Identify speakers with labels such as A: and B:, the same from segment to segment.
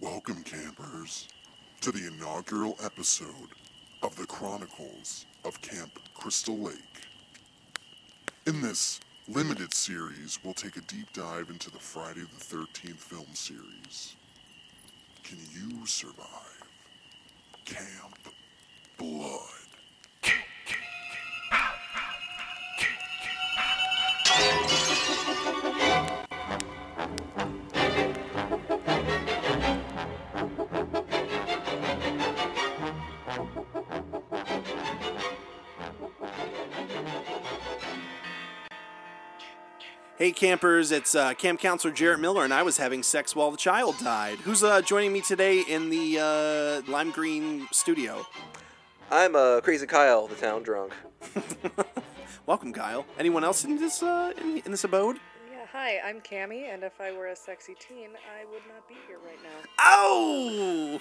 A: Welcome, campers, to the inaugural episode of the Chronicles of Camp Crystal Lake. In this limited series, we'll take a deep dive into the Friday the 13th film series. Can you survive Camp Blood?
B: Hey campers, it's uh, camp counselor Jarrett Miller, and I was having sex while the child died. Who's uh, joining me today in the uh, lime green studio?
C: I'm uh, Crazy Kyle, the town drunk.
B: Welcome, Kyle. Anyone else in this uh, in, in this abode?
D: Yeah, hi, I'm Cammy, and if I were a sexy teen, I would not be here right now.
B: Oh,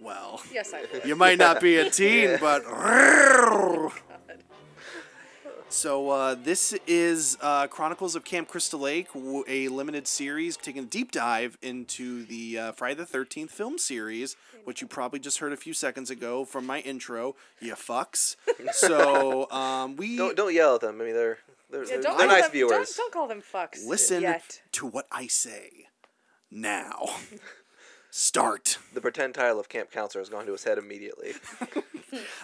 B: well,
D: Yes, I would.
B: you might not be a teen, but. So uh, this is uh, Chronicles of Camp Crystal Lake, w- a limited series taking a deep dive into the uh, Friday the Thirteenth film series, which you probably just heard a few seconds ago from my intro. You fucks. So um, we
C: Don't don't yell at them. I mean, they're they're,
D: Yeah,
C: they're,
D: don't
C: they're
D: call
C: nice
D: them,
C: viewers.
D: Don't, don't call them fucks.
B: listen
D: Yet.
B: to what I say now. Start.
C: The pretend title of camp counselor has gone to his head immediately.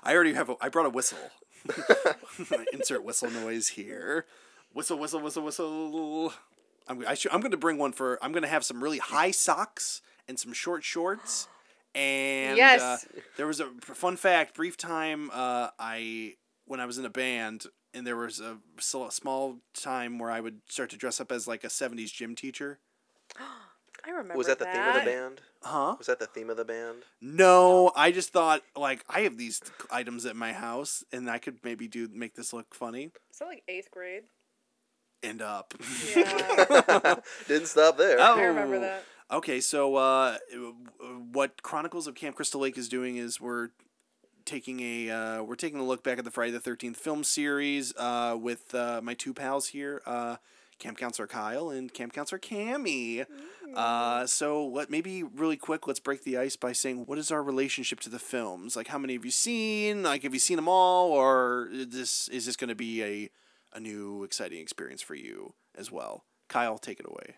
B: I already have. A, I brought a whistle. Insert whistle noise here. Whistle, whistle, whistle, whistle. I'm. I should, I'm going to bring one for. I'm going to have some really high socks and some short shorts. And uh,
D: Yes.
B: there was a fun fact. Brief time. Uh, I when I was in a band, and there was a s- small time where I would start to dress up as like a '70s gym teacher.
D: I remember
C: Was that the theme of the band?
B: Huh?
C: Was that the theme of the band?
B: No, I just thought like I have these items at my house, and I could maybe do make this look funny.
D: Is that like eighth grade?
B: end up.
D: Yeah,
C: Didn't stop there.
D: I remember
B: Oh.
D: that.
B: Okay, so uh, w- w- what Chronicles of Camp Crystal Lake is doing is we're taking a uh, we're taking a look back at the Friday the Thirteenth film series uh, with uh, my two pals here, uh, Camp Counselor Kyle and Camp Counselor Cammy. Uh, so let maybe really quick, let's break the ice by saying what is our relationship to the films? Like, how many have you seen? Like, have you seen them all, or is this is this going to be a a new exciting experience for you as well? Kyle, take it away.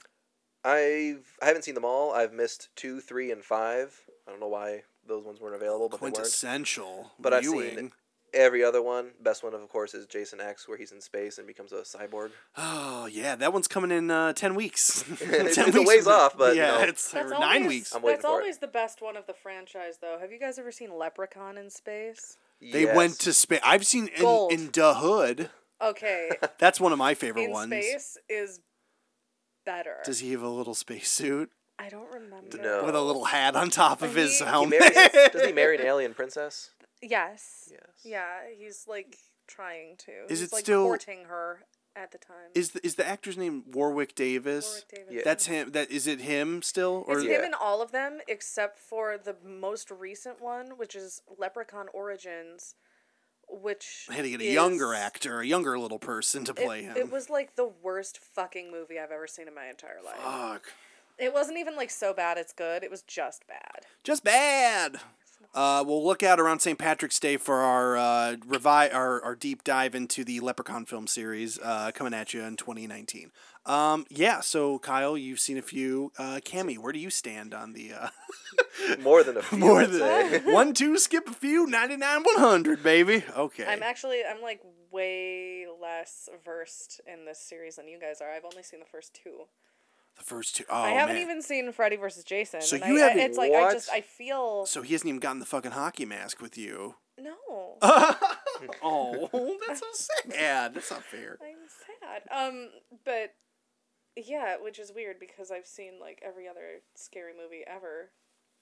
C: I've I haven't seen them all. I've missed two, three, and five. I don't know why those ones weren't available, but they weren't.
B: quintessential
C: But I've seen
B: viewing.
C: Every other one, best one of course is Jason X, where he's in space and becomes a cyborg.
B: Oh yeah, that one's coming in uh, ten weeks.
C: It's a ways off, but, you
B: yeah,
C: know.
B: it's or nine
D: always,
B: weeks.
C: I'm waiting
D: that's
C: for it.
D: always the best one of the franchise, though. Have you guys ever seen Leprechaun in space?
B: They went to space. I've seen in,
D: Gold.
B: in Da Hood.
D: Okay,
B: That's one of my favorite
D: in
B: ones.
D: space is better.
B: Does he have a little spacesuit
D: I don't remember.
C: No.
B: with a little hat on top of his
D: He- he
C: He
B: helmet?
C: marries, does he marry an alien princess?
D: Yes.
C: Yes.
D: Yeah, he's like trying to.
B: Is
D: he's
B: it
D: like
B: still-
D: courting her at the time?
B: is the, is the actor's name Warwick Davis?
D: Warwick Davis.
C: Yeah.
B: That's him. That is it. Him still or
D: It's
C: Yeah.
D: him in all of them except for the most recent one, which is Leprechaun Origins, which
B: I had to get a
D: is-
B: younger actor, a younger little person to
D: It,
B: play him.
D: it was like the worst fucking movie I've ever seen in my entire life.
B: Fuck.
D: It wasn't even like so bad it's good. It was just bad.
B: just bad. Uh, we'll look out around St. Patrick's Day for our uh, revi- our, our deep dive into the Leprechaun film series uh, coming at you in 2019. Um, yeah, so Kyle, you've seen a few. Uh, Cammy, where do you stand on the uh,
C: More than a few.
B: more
C: I'd say.
B: than one, two, skip a few, 99, 100, baby? Okay.
D: I'm actually I'm like way less versed in this series than you guys are. I've only seen the first two.
B: the first two. Oh,
D: I haven't
B: man.
D: even seen Freddy versus Jason.
B: So
D: and
B: you
D: I, I,
B: haven't-
D: It's like
C: What?
D: I just I feel
B: So he hasn't even gotten the fucking hockey mask with you.
D: no.
B: oh, that's so sad. That's not fair.
D: I'm sad. Um, but yeah, which is weird because I've seen like every other scary movie ever,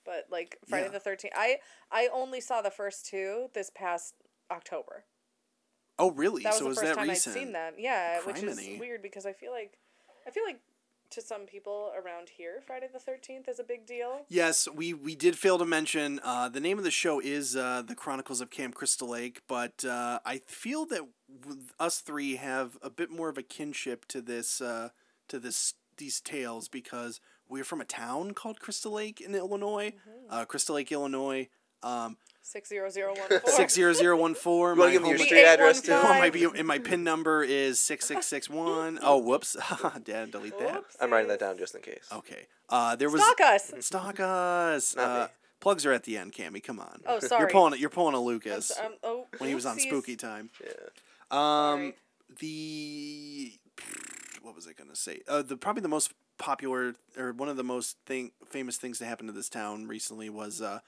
D: but like Friday
B: Yeah.
D: the Thirteenth. I I only saw the first two this past October.
B: Oh, really?
D: That was
B: so
D: the
B: is
D: first
B: that
D: time
B: recent?
D: I'd seen them. Yeah, which
B: Criminy.
D: is weird because I feel like I feel like to some people around here, Friday the Thirteenth is a big deal.
B: Yes, we, we did fail to mention uh, the name of the show is uh, The Chronicles of Camp Crystal Lake, but uh, I feel that w- us three have a bit more of a kinship to this uh, to this these tales because we are from a town called Crystal Lake in Illinois. Uh, Crystal Lake, Illinois. Um,
D: Six zero zero one four.
B: six zero zero one four.
C: You want
B: My
C: to give
B: home,
C: them your
D: The
C: street address too? Oh
D: 815.
B: my be and my pin number is six six six one. Oh, whoops! Dad, delete that.
D: Whoops.
C: I'm writing that down just in case.
B: Okay. Uh, there was
D: Stalk us.
B: Stalk us.
C: Not
B: Uh,
C: me.
B: plugs are at the end, Cammy. Come on.
D: Oh,
B: You're
D: sorry.
B: pulling it. You're pulling a
D: I'm
B: Lucas
D: so- I'm- oh,
B: when he was on
D: oopsies.
B: Spooky Time.
C: Yeah.
B: Um,
D: Sorry.
B: the what was I gonna say? Uh, the probably the most popular or one of the most thing famous things to happen to this town recently was uh,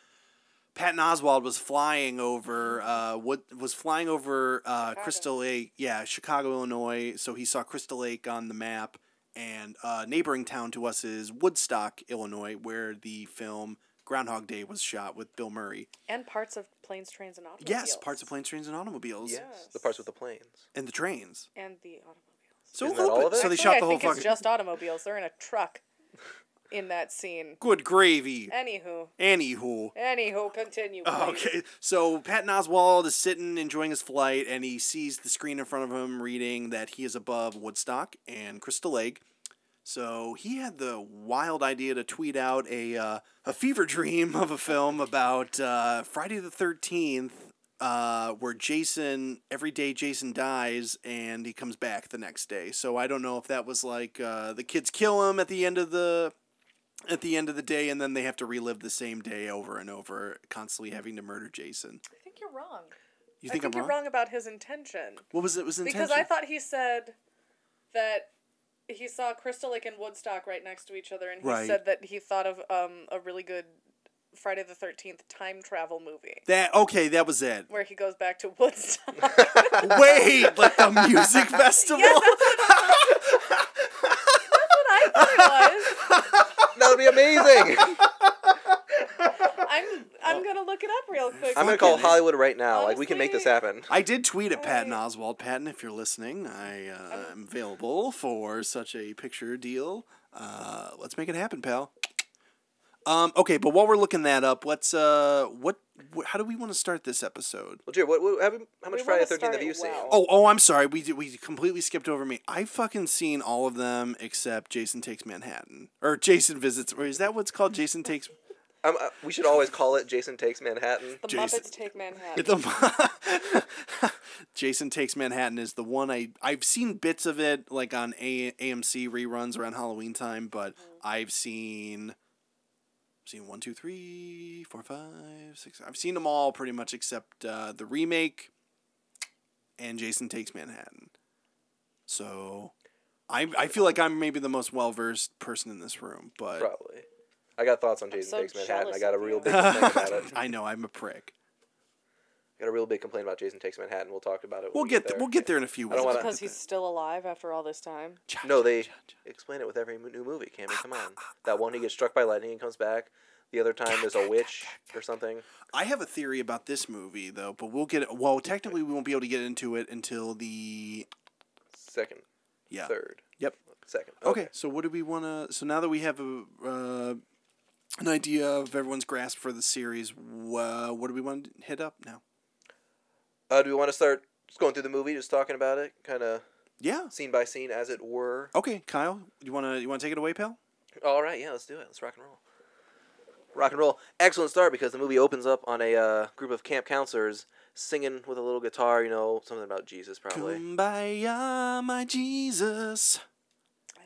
B: Patton Oswald was flying over uh what was flying over uh
D: Chicago.
B: Crystal Lake, yeah, Chicago, Illinois. So he saw Crystal Lake on the map, and uh, neighboring town to us is Woodstock, Illinois, where the film. Groundhog Day was shot with Bill Murray.
D: And parts of planes, trains, and automobiles.
B: Yes, parts of planes, trains, and automobiles,
C: Yes.
D: Yes.
C: The parts with the planes.
B: and the trains.
D: And the automobiles.
B: So a
C: Isn't that
B: little
C: all
B: bit-
C: of it?
B: So they
D: Actually,
B: shot
D: I
B: the whole
D: think
B: fucking.
D: it's just automobiles. They're in a truck in that scene.
B: Good gravy.
D: Anywho.
B: Anywho.
D: Eh. Anywho, continue. please.
B: Okay, so Patton Oswald is sitting enjoying his flight, and he sees the screen in front of him reading that he is above Woodstock and Crystal Lake. So he had the wild idea to tweet out a uh, a fever dream of a film about uh, Friday the Thirteenth, uh, where Jason every day Jason dies and he comes back the next day. So I don't know if that was like uh, the kids kill him at the end of the at the end of the day, and then they have to relive the same day over and over, constantly having to murder Jason.
D: I think you're wrong.
B: You think,
D: I think
B: I'm
D: you're
B: wrong?
D: wrong about his intention.
B: What was it? Was intention?
D: Because I thought he said that he saw Crystal Lake and Woodstock right next to each other, and he
B: Right.
D: said that he thought of um, a really good Friday the 13th time travel movie
B: that okay. That was it.
D: where he goes back to Woodstock.
B: Wait, like the music festival.
D: I thought it
C: That would be amazing.
D: was. I'm, I'm going to look it up real quick.
C: I'm gonna
B: Fucking
C: call
B: A.
C: Hollywood right now. Like we can make this happen.
B: I did tweet at Patton Oswald. Patton, if you're listening, I
D: Oh.
B: uh, am available for such a picture deal. Uh, let's make it happen, pal. Um, okay, but while we're looking that up, let's uh, what, wh- how do we want to start this episode?
C: Well, Jared, what, what, how, how much
D: We
C: Friday
D: wanna
C: the 13th
D: start
C: have you
D: it
C: seen?
D: well.
B: Oh, oh, I'm sorry. We did, we completely skipped over me. I've fucking seen all of them except Jason Takes Manhattan or Jason Visits, or is that what's called? Jason Takes.
C: Um, uh, we should always call it Jason Takes Manhattan.
D: The
B: Jason.
D: Muppets Take Manhattan.
B: The- Jason Takes Manhattan is the one I I've seen bits of it like on A, AMC reruns around Halloween time, but I've seen seen one, two, three, four, five, six. I've seen them all pretty much except uh, the remake and Jason Takes Manhattan. So. I, I feel like I'm maybe the most well versed person in this room, but
C: Probably. I got thoughts on Jason
D: so
C: Takes Manhattan. I
D: jealous
C: got a
D: of
C: real
D: you.
C: big complaint about it.
B: I know I'm a prick.
C: Got a real big complaint about Jason Takes Manhattan. We'll talk about it. when
B: We'll
C: we
B: get th- we'll get there in a few
C: I
B: weeks.
C: don't wanna-
D: Because he's still alive after all this time.
C: No, they explain it with every mo- new movie. Cammy, come on. That one he gets struck by lightning and comes back. The other time there's a witch or something.
B: I have a theory about this movie though, but we'll get well. Technically, we won't be able to get into it until the
C: Second,
B: yeah.
C: third,
B: Yep.
C: second.
B: Okay. So what do we want to? So now that we have a uh, an idea of everyone's grasp for the series, wha what do we want to hit up now?
C: Uh, do we want to start just going through the movie, just talking about it, kind of
B: Yeah.
C: scene by scene, as it were?
B: Okay, Kyle, you wanna you wanna take it away, pal?
C: All right, yeah, let's do it. Let's rock and roll. Rock and roll. Excellent start because the movie opens up on a uh, group of camp counselors singing with a little guitar. You know, something about Jesus, probably.
B: Kumbaya, my Jesus.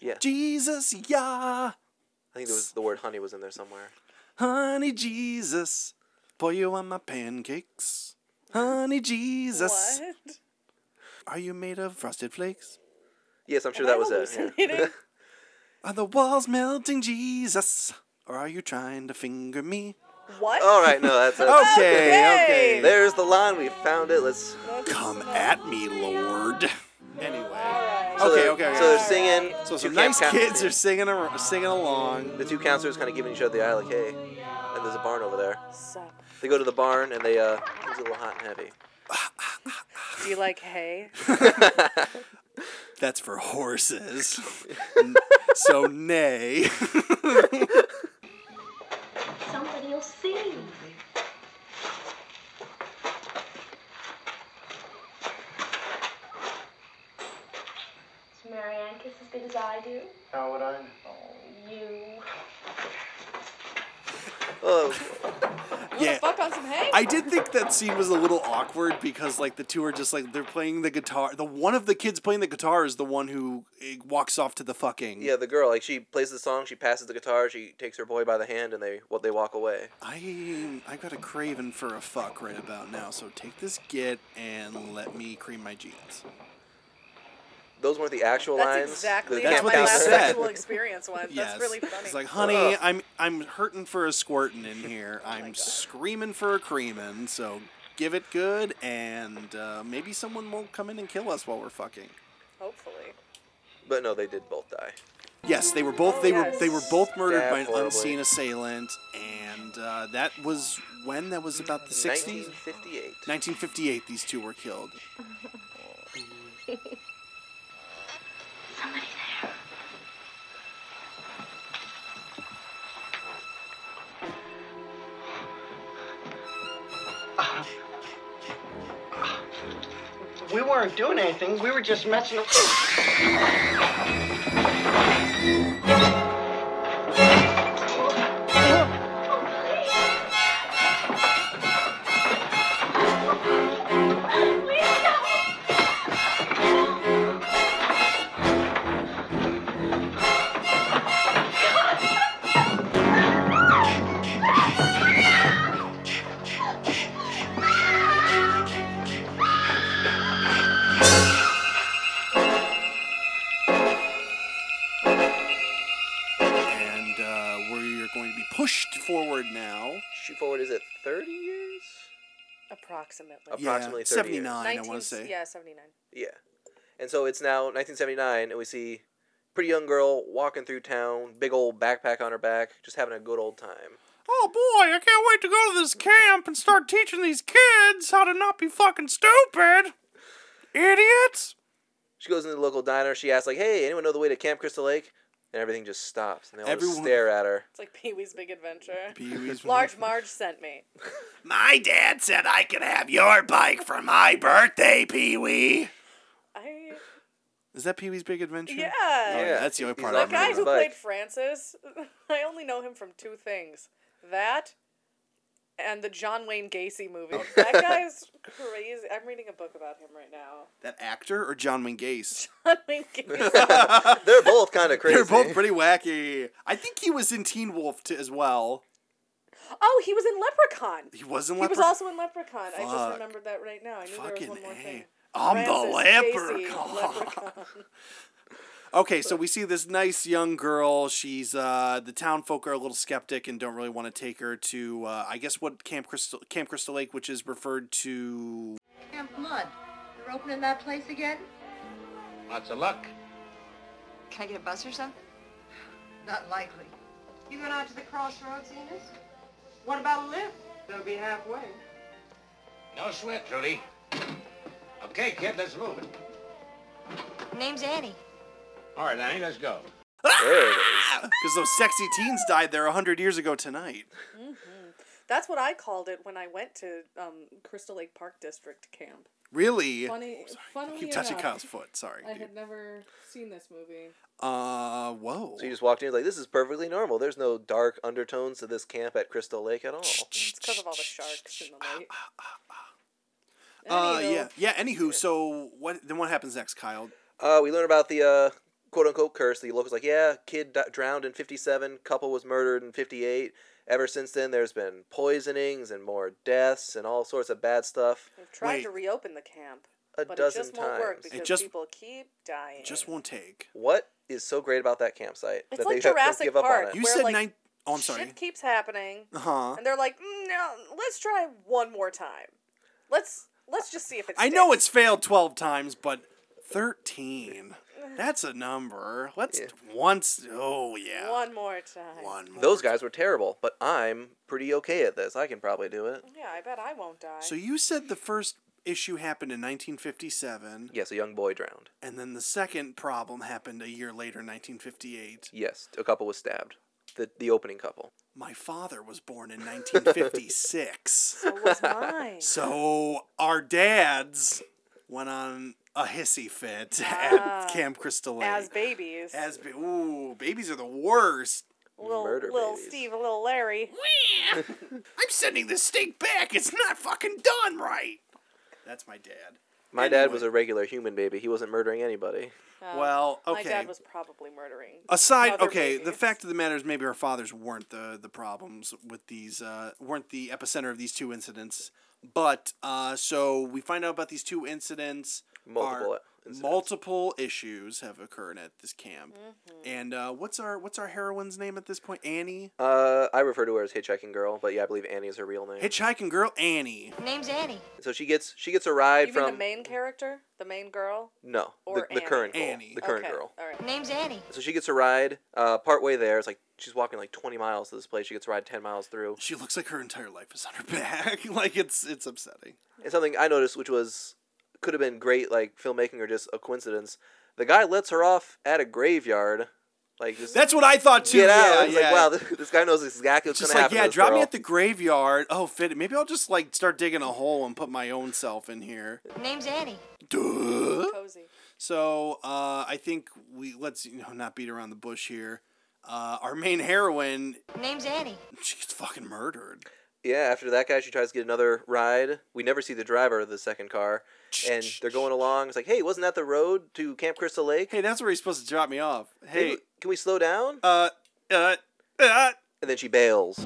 C: Yeah,
B: Jesus, yeah,
C: I think there was the word honey was in there somewhere.
B: honey, Jesus. Pour you on my pancakes, honey, Jesus.
D: What?
B: Are you made of frosted flakes?
C: Yes, I'm sure
D: Am I
C: that was it. yeah.
D: hallucinating?
B: Are the walls melting, Jesus? Or are you trying to finger me?
D: What?
C: All right, no, that's
D: Oh,
C: it.
D: Okay.
C: There's the line. We found it. Let's.
B: Come at me, Lord. Anyway.
C: So
B: Okay,
C: they're-
B: okay,
C: So they're
B: okay.
C: singing.
B: So
C: two
B: some
C: camp
B: nice
C: coun-
B: kids are singing, ar- singing along.
C: The two counselors kind of giving each other the eye, like, hey, and there's a barn over there.
D: Sup.
C: They go to the barn and they uh, it's a little hot and heavy.
D: Do you like hay?
B: That's for horses. so nay.
E: Somebody will see you.
F: Does Marianne kiss as big as I do?
G: How would I?
F: Oh, you.
C: Oh,
D: You wanna
B: Yeah.
D: fuck on some hay?
B: I did think that scene was a little awkward because like the two are just like they're playing the guitar. The one of the kids playing the guitar is the one who eh, walks off to the fucking.
C: yeah, the girl like she plays the song, she passes the guitar, she takes her boy by the hand, and they well, they walk away.
B: I I got a craving for a fuck right about now. So take this git and let me cream my jeans.
C: Those weren't the actual
D: That's
C: lines.
D: exactly
B: That's
D: how
B: what
D: my
B: they
D: last
B: said.
D: sexual experience went.
B: Yes.
D: That's really funny.
B: It's like, honey,
C: Ugh.
B: I'm I'm hurting for a squirtin' in here. I'm
D: Oh God.
B: screaming for a creamin'. So give it good, and uh, maybe someone won't come in and kill us while we're fucking.
D: Hopefully.
C: But no, they did both die.
B: Yes, they were both they were
D: Oh, yes.
B: they were both murdered
C: Stabbed
B: by an
C: horribly.
B: unseen assailant, and uh, that was when that was about the sixties.
C: 1958.
B: 1958 these two were killed
E: Somebody there.
F: We weren't doing anything. We were just messing. up-
B: and uh, we're going to be pushed forward now
C: Shoot forward, is it 30 years?
D: Approximately.
C: Up- Approximately
B: yeah,
C: 30 years.
B: 79 i want to say
D: Yeah, 79.
C: Yeah. And so it's now 1979, and we see pretty young girl walking through town, big old backpack on her back, just having a good old time.
B: oh boy i can't wait to go to this camp and start teaching these kids how to not be fucking stupid idiots
C: She goes into the local diner. She asks, like, "Hey, anyone know the way to Camp Crystal Lake?" And everything just stops, and they all just
B: Everyone-
C: stare at her.
D: It's like Pee Wee's Big Adventure.
B: Pee-wee's
D: Large Marge sent me.
B: my dad said i could have your bike for my birthday pee-wee
D: I
B: is that pee-wee's big adventure
D: yeah.
B: Oh, yeah,
C: Yeah,
B: that's the only
C: he's
B: part I
D: That
C: like,
D: guy
B: remember.
D: who
C: Bike.
D: played Francis, I only know him from two things: that and the John Wayne Gacy movie. That guy's crazy. I'm reading a book about him right now.
B: that actor or john wayne gacy
D: John Wayne Gacy.
C: They're both kind of crazy.
B: They're both pretty wacky. I think he was in Teen Wolf t- as well.
D: oh, he was in Leprechaun.
B: He wasn't.
D: He was also in Leprechaun. I
B: Fuck.
D: just remembered that right now. I knew there was
B: Fucking
D: one more thing.
B: A. I'm the
D: Francis Gacy,
B: leprechaun.
D: Leprechaun.
B: Okay, so we see this nice young girl. She's uh, the town folk are a little skeptic and don't really want to take her to uh, I guess what Camp Crystal Camp Crystal Lake, which is referred to.
G: Camp Mud. They're opening that place again?
H: Lots of luck.
I: Can I get a bus or something?
G: Not likely. You going out to the crossroads, Enos? What about a lift? They'll be halfway.
H: No sweat, Trudy. Okay, kid, let's move it.
I: Name's Annie.
H: All right, Annie, let's go.
C: There it is.
B: Because those sexy teens died there hundred years ago tonight.
D: That's what I called it when I went to um, Crystal Lake Park District camp.
B: Really?
D: Funny, funnily
B: Keep touching
D: enough,
B: Kyle's foot. Sorry.
D: I
B: dude.
D: had never seen this movie.
B: Uh, whoa.
C: So you just walked in, like, "This is perfectly normal. There's no dark undertones to this camp at Crystal Lake at all."
D: It's because of all the sharks in the lake.
B: uh,
D: Anywho,
B: yeah, yeah. Anywho, so what? Then what happens next, Kyle?
C: Uh, we learn about the uh, quote unquote curse. The locals like, yeah, kid d- drowned in 57, couple was murdered in 58. Ever since then, there's been poisonings and more deaths and all sorts of bad stuff.
D: We've tried to
B: Wait.
D: reopen the camp,
C: A
D: but
C: dozen
D: it just won't work
C: times.
D: because
B: just-
D: people keep dying.
B: Just won't take.
C: What is so great about that campsite
D: It's
C: that
D: like
C: they don't
D: Jurassic
C: give up
D: Park.
C: on it?
B: You
D: Where,
B: said
D: like,
B: nine oh I'm sorry.
D: Shit keeps happening,
B: Uh huh.
D: and they're like, "Mm, "No, let's try one more time. Let's let's just see if it's."
B: I know it's failed 12 times, but 13. That's a number. Let's
C: Yeah.
B: once. Oh, yeah.
D: one more time.
B: One more.
C: Those guys were terrible, but I'm pretty okay at this. I can probably do it.
D: Yeah, I bet I won't die.
B: So you said the first issue happened in 1957,
C: Yes, a young boy drowned.
B: and then the second problem happened a year later, 1958.
C: Yes, a couple was stabbed. The, the opening couple.
B: My father was born in 1956.
D: so was mine.
B: so our dads went on a hissy fit
D: Ah.
B: at Camp Crystal Lake.
D: As babies,
B: As ba- ooh, babies are the worst.
D: little
C: Murder
D: little
C: babies.
D: Steve, little Larry.
B: "Yeah, I'm sending this steak back. It's not fucking done right." That's my dad.
C: My dad was a
B: Anyway.
C: regular human baby. He wasn't murdering anybody.
D: Uh,
B: Well,
D: My
B: okay.
D: dad was probably murdering.
B: Aside,
D: other
B: okay, the
D: babies.
B: fact of the matter is maybe our fathers weren't the the problems with these uh, weren't the epicenter of these two incidents. But uh, so we find out about these two incidents. are-
C: Multiple incidents.
B: multiple issues have occurred at this camp.
D: Mm-hmm.
B: And uh, what's our what's our heroine's name at this point? Annie,
C: Uh, I refer to her as Hitchhiking Girl, but yeah, I believe Annie is her real name.
B: hitchhiking girl Annie.
I: Name's Annie.
C: so she gets she gets a ride
D: You mean
C: from
D: the main character, the main girl?
C: no
D: or
C: the, the
D: Annie?
C: current girl,
B: Annie.
C: the current
D: okay.
C: girl.
D: All right.
I: Name's Annie.
C: So she gets a ride. Uh, partway there, it's like she's walking like twenty miles to this place. She gets a ride ten miles through.
B: She looks like her entire life is on her back. like it's it's upsetting.
C: And something I noticed, which was could have been great like filmmaking or just a coincidence, the guy lets her off at a graveyard, like just
B: That's what I thought too.
C: get out.
B: yeah,
C: it's
B: yeah.
C: like wow, this, this guy knows exactly what's
B: just
C: gonna
B: like
C: happen.
B: yeah,
C: to this
B: drop me
C: girl.
B: at the graveyard. Oh, fit. Maybe I'll just like start digging a hole and put my own self in here.
I: Name's Annie.
B: Duh.
D: Cozy.
B: So uh, I think we let's you know not beat around the bush here. Uh, our main heroine,
I: Name's Annie.
B: she gets fucking murdered.
C: Yeah, after that guy, she tries to get another ride. We never see the driver of the second car, and they're going along. It's like, hey, wasn't that the road to Camp Crystal Lake?
B: Hey, that's where he's supposed to drop me off.
C: Maybe-
B: Hey,
C: can we slow down?
B: uh, uh, uh.
C: And then she bails.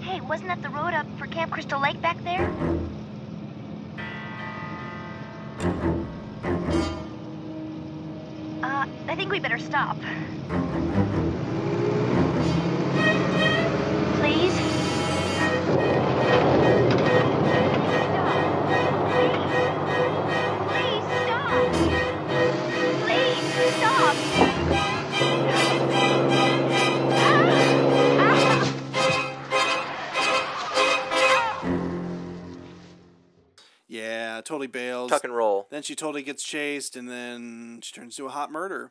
E: Hey, wasn't that the road up for Camp Crystal Lake back there? Uh, I think we better stop. Please? Stop. Please. Please stop. Please stop. Ah! Ah!
B: Yeah, totally bails.
C: Tuck and roll.
B: Then she totally gets chased, and then she turns into a hot murder.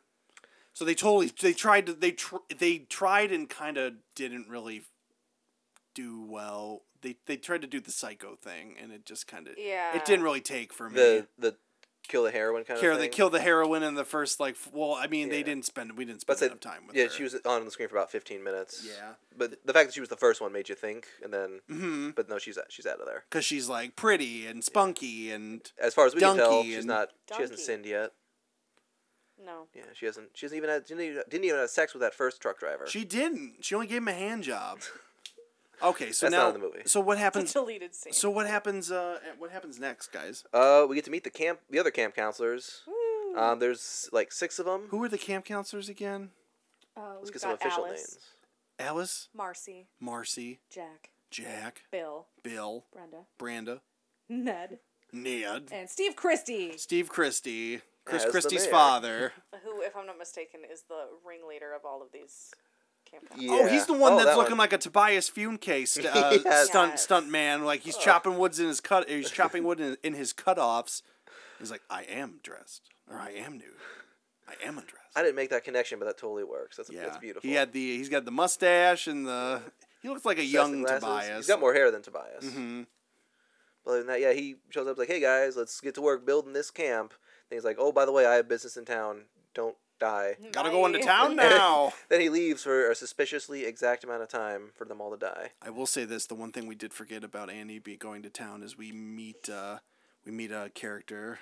B: So they totally they tried to they tr- they tried and kind of didn't really do well. They they tried to do the psycho thing, and it just kind of
D: Yeah.
B: it didn't really take for me.
C: The the kill the heroin kind
B: Care
C: of
B: they
C: thing.
B: killed the heroine in the first like f- well I mean they
C: Yeah.
B: didn't spend we didn't
C: But
B: spend
C: say-
B: enough time with
C: yeah,
B: her.
C: she was on the screen for about fifteen minutes.
B: yeah Mm-hmm.
C: But the fact that she was the first one made you think, and then,
B: because
C: but no, she's she's out of there.
B: she's like pretty and spunky and
C: As far as we can tell,
B: Donkey
C: she's
B: and-
C: not. She hasn't
D: Donkey.
C: sinned yet.
D: No.
C: Yeah, she hasn't. She hasn't even had. Didn't even, didn't even have sex with that first truck driver.
B: she didn't she only gave him a hand job. Okay, so
C: That's
B: now
C: not in the movie.
B: so what
D: It's
B: happens?
D: a deleted scene.
B: So what happens? Uh, what happens next, guys?
C: Uh, we get to meet the camp, the other camp counselors.
D: Woo.
C: Um, there's like six of them.
B: Who are the camp counselors again?
D: Uh,
C: Let's
D: we've
C: get some
D: got
C: official
D: Alice,
C: names.
B: Alice,
D: Marcy,
B: Marcy,
D: Jack,
B: Jack,
D: Bill,
B: Bill,
D: Brenda,
B: Branda,
D: Ned,
B: Ned,
D: and Steve Christie,
B: Steve Christie, Chris
C: As the
B: Christie's
C: mayor.
B: father.
D: who, if I'm not mistaken, is the ringleader of all of these camp counselors.
B: Oh, he's the
C: Yeah.
B: one
C: Oh,
B: that's
C: that
B: looking
C: one.
B: like a Tobias Funke st- uh,
C: Yes. Oh.
B: stunt
D: Yes.
B: stunt man. Like he's chopping woods in his cut. He's chopping wood in, in his cutoffs. He's like, I am dressed, or I am nude, I am undressed.
C: I didn't make that connection, but that totally works. That's
B: yeah,
C: that's beautiful.
B: He had the he's got the mustache and the. He looks like a
C: Sets the
B: young
C: glasses.
B: Tobias.
C: He's got more hair than Tobias.
B: hmm
C: But other than that, yeah, he shows up like, "Hey guys, let's get to work building this camp." And he's like, "Oh, by the way, I have business in town. Don't die."
D: Mm.
B: Gotta go into
D: Bye.
B: town now.
C: Then he leaves for a suspiciously exact amount of time for them all to die.
B: I will say this: the one thing we did forget about Annie be going to town is we meet uh, we meet a character,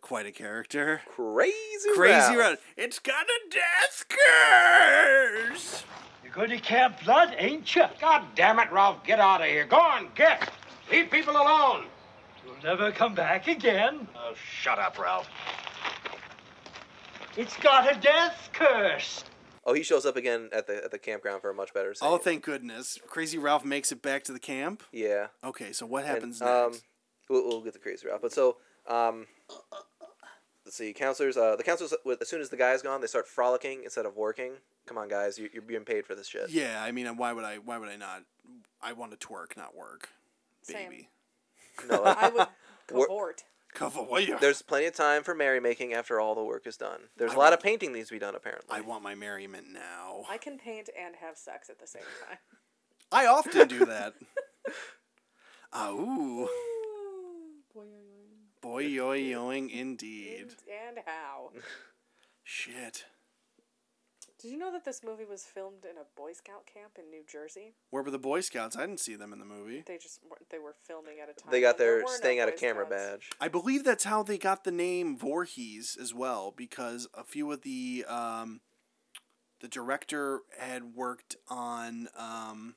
B: quite a character,
C: Crazy,
B: crazy
C: Ralph.
B: Ralph. It's got a death curse.
F: You're going to Camp Blood, ain't you?
H: God damn it, Ralph, get out of here. Go on, get. Leave people alone.
F: You'll never come back again.
H: Oh, shut up, Ralph.
F: It's got a death curse.
C: Oh, he shows up again at the at the campground for a much better scene.
B: Oh, thank goodness! Crazy Ralph makes it back to the camp.
C: Yeah.
B: Okay, so what happens
C: and, um,
B: next?
C: We'll, we'll get the crazy route. But so, um, let's see. Counselors, uh, the counselors, with- as soon as the guy's gone, they start frolicking instead of working. Come on, guys, you, you're being paid for this shit.
B: Yeah, I mean, why would I? Why would I not? I want to twerk, not work,
D: Same.
B: baby.
C: No,
D: I would
C: Wor-
D: cavort.
B: Cover warrior.
C: there's plenty of time for merrymaking after all the work is done. There's a
B: I
C: lot
B: want-
C: of painting needs to be done, apparently.
B: I want my merriment now.
D: I can paint and have sex at the same time.
B: I often do that. Ah, ooh. Boy, yoy, yoing, indeed.
D: And how?
B: Shit.
D: Did you know that this movie was filmed in a Boy Scout camp in New Jersey?
B: Where were the Boy Scouts? I didn't see them in the movie.
D: They just were, they were filming at a time.
C: They got
D: when there
C: their
D: were no
C: staying out of
D: Boy
C: camera
D: Scouts.
C: badge.
B: I believe that's how they got the name Voorhees as well, because a few of the um, the director had worked on um,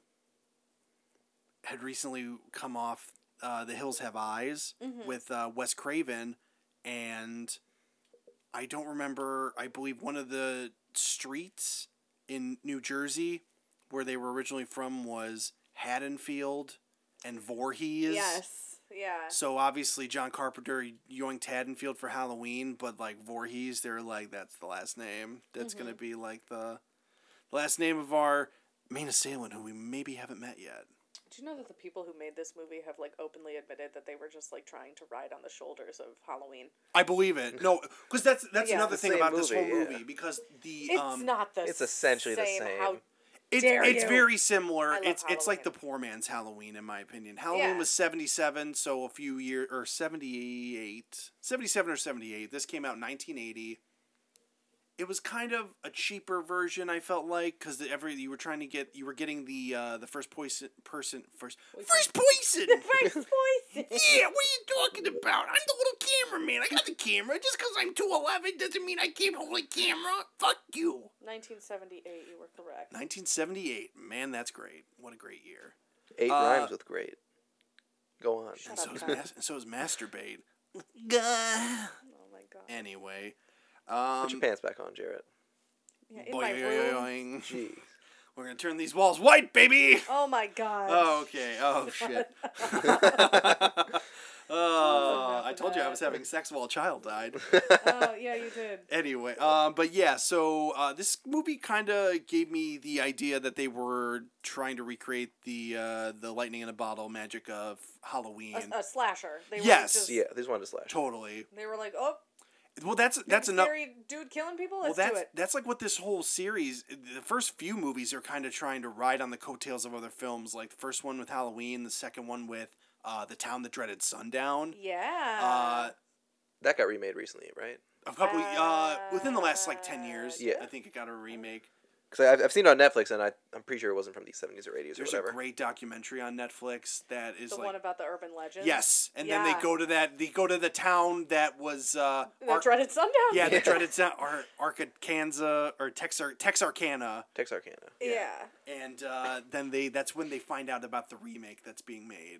B: had recently come off uh, The Hills Have Eyes with uh, Wes Craven, and I don't remember. I believe one of the streets in New Jersey where they were originally from was Haddonfield and Voorhees.
D: Yes. Yeah.
B: So obviously John Carpenter yoinked Haddonfield for Halloween, but like Voorhees, they're like that's the last name. That's gonna be like the last name of our main assailant who we maybe haven't met yet.
D: Do you know that the people who made this movie have like openly admitted that they were just like trying to ride on the shoulders of Halloween?
B: I believe it. No, because that's that's
D: Yeah,
B: another
D: the
B: thing
C: same
B: about this whole
C: movie,
B: movie
C: yeah.
B: because the
D: It's
B: um,
D: not the
C: it's essentially the same.
D: How
B: it's
D: dare
B: it's
D: you.
B: very similar.
D: love
B: It's it's like the
D: Halloween.
B: poor man's Halloween in my opinion. Halloween
D: Yeah.
B: was seventy seven, so a few years or 78, 77 or seventy eight. This came out in nineteen eighty. It was kind of a cheaper version. I felt like because every you were trying to get you were getting the uh, the first poison person first first poison.
D: First voice.
B: Yeah, what are you talking about? I'm the little cameraman. I got the camera. Just because I'm 2'11 doesn't mean I can't hold a camera. Fuck you.
D: 1978. You were correct.
B: 1978. Man, that's great. What a great year.
C: Eight
B: Uh,
C: rhymes with great. Go on.
B: And
D: Shut
B: so
D: up,
B: is,
D: Kyle.
B: mas- and so is masturbate. Gah.
D: Oh my god.
B: anyway, um,
C: Put your pants back on, Jarrett.
D: Yeah, in my
B: boing,
D: room.
B: boing, boing.
C: Jeez.
B: we're gonna turn these walls white, baby.
D: Oh my god.
B: Oh, okay. Oh shit. oh, I told you I was having sex while a child died.
D: oh yeah, you did.
B: anyway, um, but yeah, so uh, this movie kind of gave me the idea that they were trying to recreate the uh, the lightning in a bottle magic of Halloween.
D: A, a slasher. They
B: Yes.
D: Were just,
C: Yeah, these wanted to slash.
B: totally.
D: They were like, oh,
B: Well, that's that's
D: big
B: another.
D: scary dude killing people.
B: Well,
D: Let's
B: that's
D: do it.
B: that's like what this whole series, the first few movies are kind of trying to ride on the coattails of other films, like the first one with Halloween, the second one with uh, the town that dreaded sundown.
D: Yeah.
B: Uh,
C: That got remade recently, right?
B: a couple uh, within the last like ten years,
C: Yeah.
B: I think it got a remake.
C: Because I've, I've seen it on Netflix, and I, I'm pretty sure it wasn't from the 70s or 80s
B: There's
C: or
B: a
C: whatever.
B: great documentary on Netflix that is
D: the
B: like
D: one about the urban legend.
B: yes, and then they
D: Yeah.
B: go to that they go to the town that was uh,
D: The
B: Ar-
D: dreaded sundown.
B: yeah, the dreaded sound, Ar- Arkansas or Texar Texarkana,
C: Texarkana.
D: Yeah.
B: and uh, then they that's when they find out about the remake that's being made,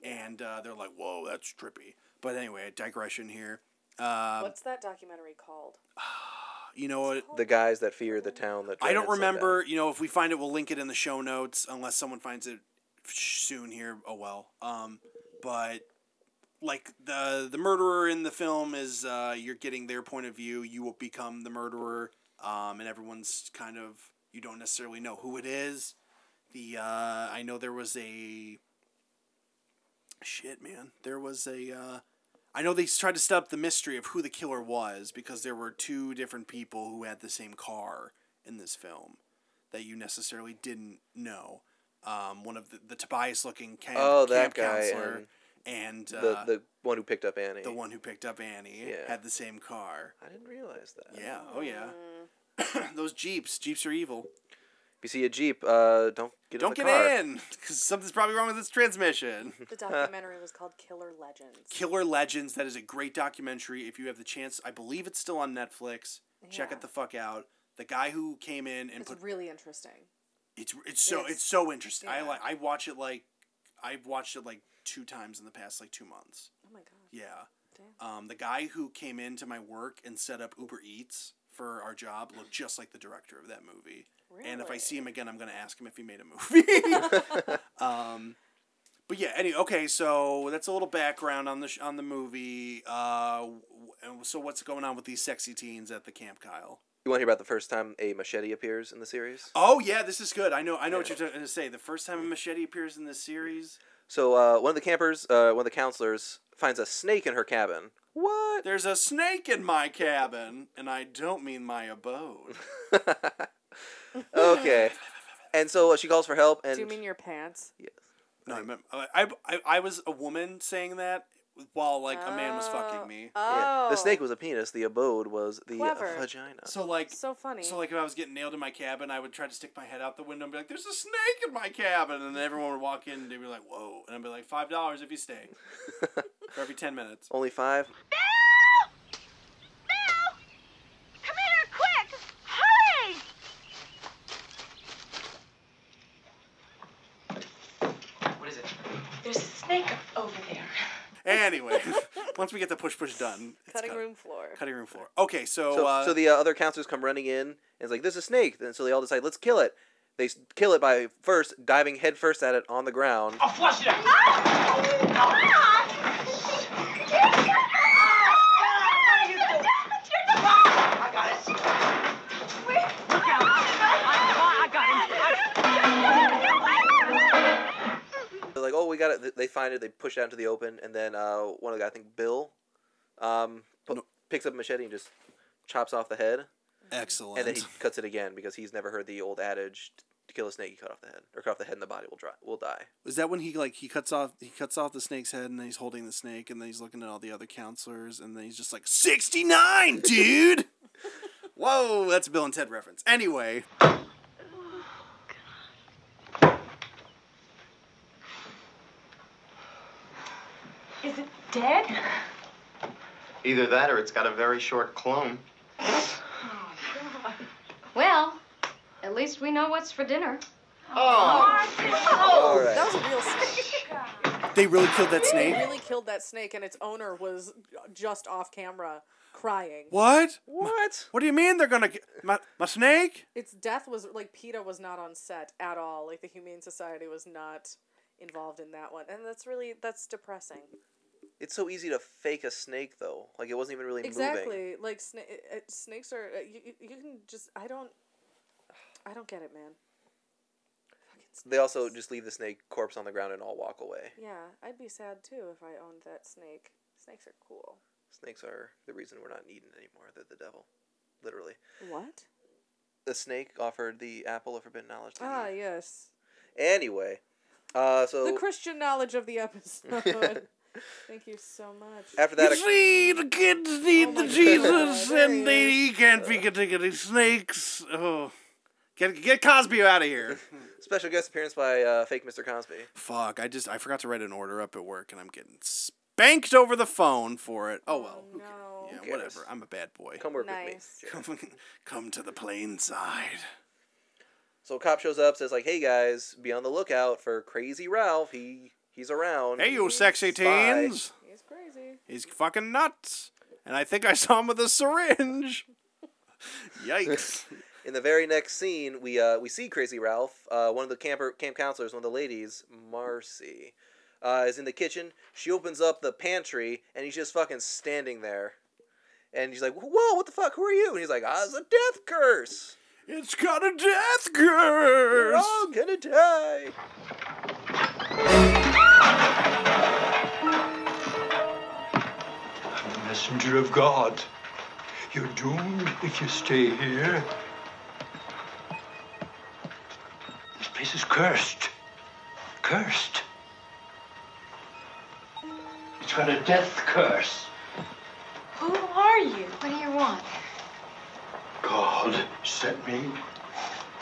B: and uh, they're like, whoa, that's trippy. But anyway, digression here. Um,
D: What's that documentary called?
B: you know what?
C: The guys that fear the town that.
B: I don't
C: dreaded sundown.
B: remember. You know, if we find it, we'll link it in the show notes unless someone finds it soon here. Oh well. Um, but like the the murderer in the film is uh, you're getting their point of view. You will become the murderer. Um, and everyone's kind of you don't necessarily know who it is. The uh, I know there was a shit man. There was a uh, I know they tried to set up the mystery of who the killer was because there were two different people who had the same car in this film that you necessarily didn't know. Um, one of the, the Tobias looking camp,
C: Oh,
B: camp
C: that guy
B: counselor and, uh,
C: The, the one who picked up Annie.
B: the, one who picked up Annie
C: Yeah.
B: had the same car.
C: I didn't realize that.
B: Yeah, oh yeah. Those Jeeps, Jeeps are evil.
C: If you see a Jeep, uh, don't get
B: Don't
C: in
B: get
C: the car.
B: in because something's probably wrong with its transmission.
D: The documentary was called Killer Legends.
B: Killer Legends. That is a great documentary. If you have the chance, I believe it's still on Netflix. Check
D: Yeah.
B: it the fuck out. The guy who came in and
D: It's
B: put
D: really interesting.
B: it's it's so it's,
D: it's-
B: so interesting. I
D: yeah.
B: like I watch it like I've watched it like two times in the past like two months.
D: Oh my god.
B: Yeah. Um, the guy who came into my work and set up Uber Eats for our job looked just like the director of that movie. And if I see him again, I'm gonna ask him if he made a movie. um, but yeah, anyway, okay, so that's a little background on the sh- on the movie. Uh, w- and so what's going on with these sexy teens at the camp, Kyle?
C: You want to hear about the first time a machete appears in the series?
B: Oh yeah, this is good. I know, I know what you're going to say. The first time a machete appears in this series,
C: So uh, one of the campers, uh, one of the counselors, finds a snake in her cabin. What?
B: there's a snake in my cabin, and I don't mean my abode.
C: okay. And so uh, she calls for help, and
D: Do you mean your pants?
B: No, I meant I, I, I was a woman saying that while like a man was fucking
D: Oh.
B: me.
D: Oh.
C: The snake was a penis. The abode was the uh,
D: Clever.
C: vagina.
B: So like
D: so funny.
B: So like if I was getting nailed in my cabin, I would try to stick my head out the window and be like, "There's a snake in my cabin," and then everyone would walk in and they'd be like, "Whoa!" and I'd be like, 5 dollars if you stay for every ten minutes."
C: Only five.
E: Bill! Bill! Come here quick! Hurry!
B: Anyway, once we get the push push done, it's
D: cutting
B: cut-
D: room floor.
B: cutting room floor. Okay, so,
C: So,
B: uh,
C: so the uh, other counselors come running in and it's like, "There's a snake!" And so they all decide, "Let's kill it." They s- kill it by first diving headfirst at it on the ground.
H: I'll flush it out. I got it.
C: They're like, "Oh, we got it!" Th- They find it. They push it out into the open, and then uh, one of the guys, I think Bill, um, pu- picks up a machete and just chops off the head,
B: excellent.
C: and then he cuts it again because he's never heard the old adage: "To kill a snake, you cut off the head, or cut off the head, and the body will dry, will die."
B: Is that when he like he cuts off he cuts off the snake's head and then he's holding the snake and then he's looking at all the other counselors and then he's just like sixty nine, dude. Whoa, that's a Bill and Ted reference. Anyway,
E: Is it dead?
J: Either that or it's got a very short clone.
I: Well, at least we know what's for dinner.
C: All right.
D: Oh, That was a real snake.
B: they really killed that
D: They
B: snake.
D: really killed that snake, and its owner was uh, just off camera crying.
B: What?
C: what?
B: What do you mean they're gonna get my my snake?
D: Its death was like PETA was not on set at all. Like the Humane Society was not involved in that one, and that's really that's depressing.
C: It's so easy to fake a snake, though. Like it wasn't even really moving.
D: Exactly. Like sna- it- it- snakes are uh, you, you you can just I don't I don't get it, man.
C: They also just leave the snake corpse on the ground and all walk away.
D: Yeah, I'd be sad too if I owned that snake. Snakes are cool.
C: Snakes are the reason we're not needed anymore. They're the devil, literally.
D: What?
C: The snake offered the apple of forbidden knowledge. To
D: Ah,
C: Eve.
D: yes.
C: Anyway, uh, so
D: The Christian knowledge of the episode. Thank you so much.
C: after that, a-
B: See, the kids need
D: my
B: the Jesus,
D: God, there
B: and
D: he
B: they can't be getting any snakes. Oh, get get Cosby out of here.
C: special guest appearance by uh, fake Mr. Cosby.
B: Fuck, I just I forgot to write an order up at work, and I'm getting spanked over the phone for it. Oh well, who cares?
D: no.
B: Yeah,
C: cares?
B: whatever. I'm a bad boy.
C: Come work with me.
D: Nice.
C: Jared.
B: Come, come to the plain side.
C: So a cop shows up, says like, "Hey guys, be on the lookout for Crazy Ralph. He he's around."
B: Hey, you sexy
C: Spy.
B: teens!
D: He's crazy.
B: He's fucking nuts, and I think I saw him with a syringe. Yikes!
C: In the very next scene, we uh, we see Crazy Ralph. Uh, one of the camper camp counselors, one of the ladies, Marcy, uh, is in the kitchen. She opens up the pantry, and he's just fucking standing there. And he's like, "Whoa, what the fuck? Who are you?" And he's like, "I was a death curse.
B: it's got a death
C: We're
B: curse.
C: all gonna die."
J: Messenger of God. You're doomed if you stay here. This place is cursed. Cursed. It's got a death curse.
I: Who are you? What do you want?
J: God sent me.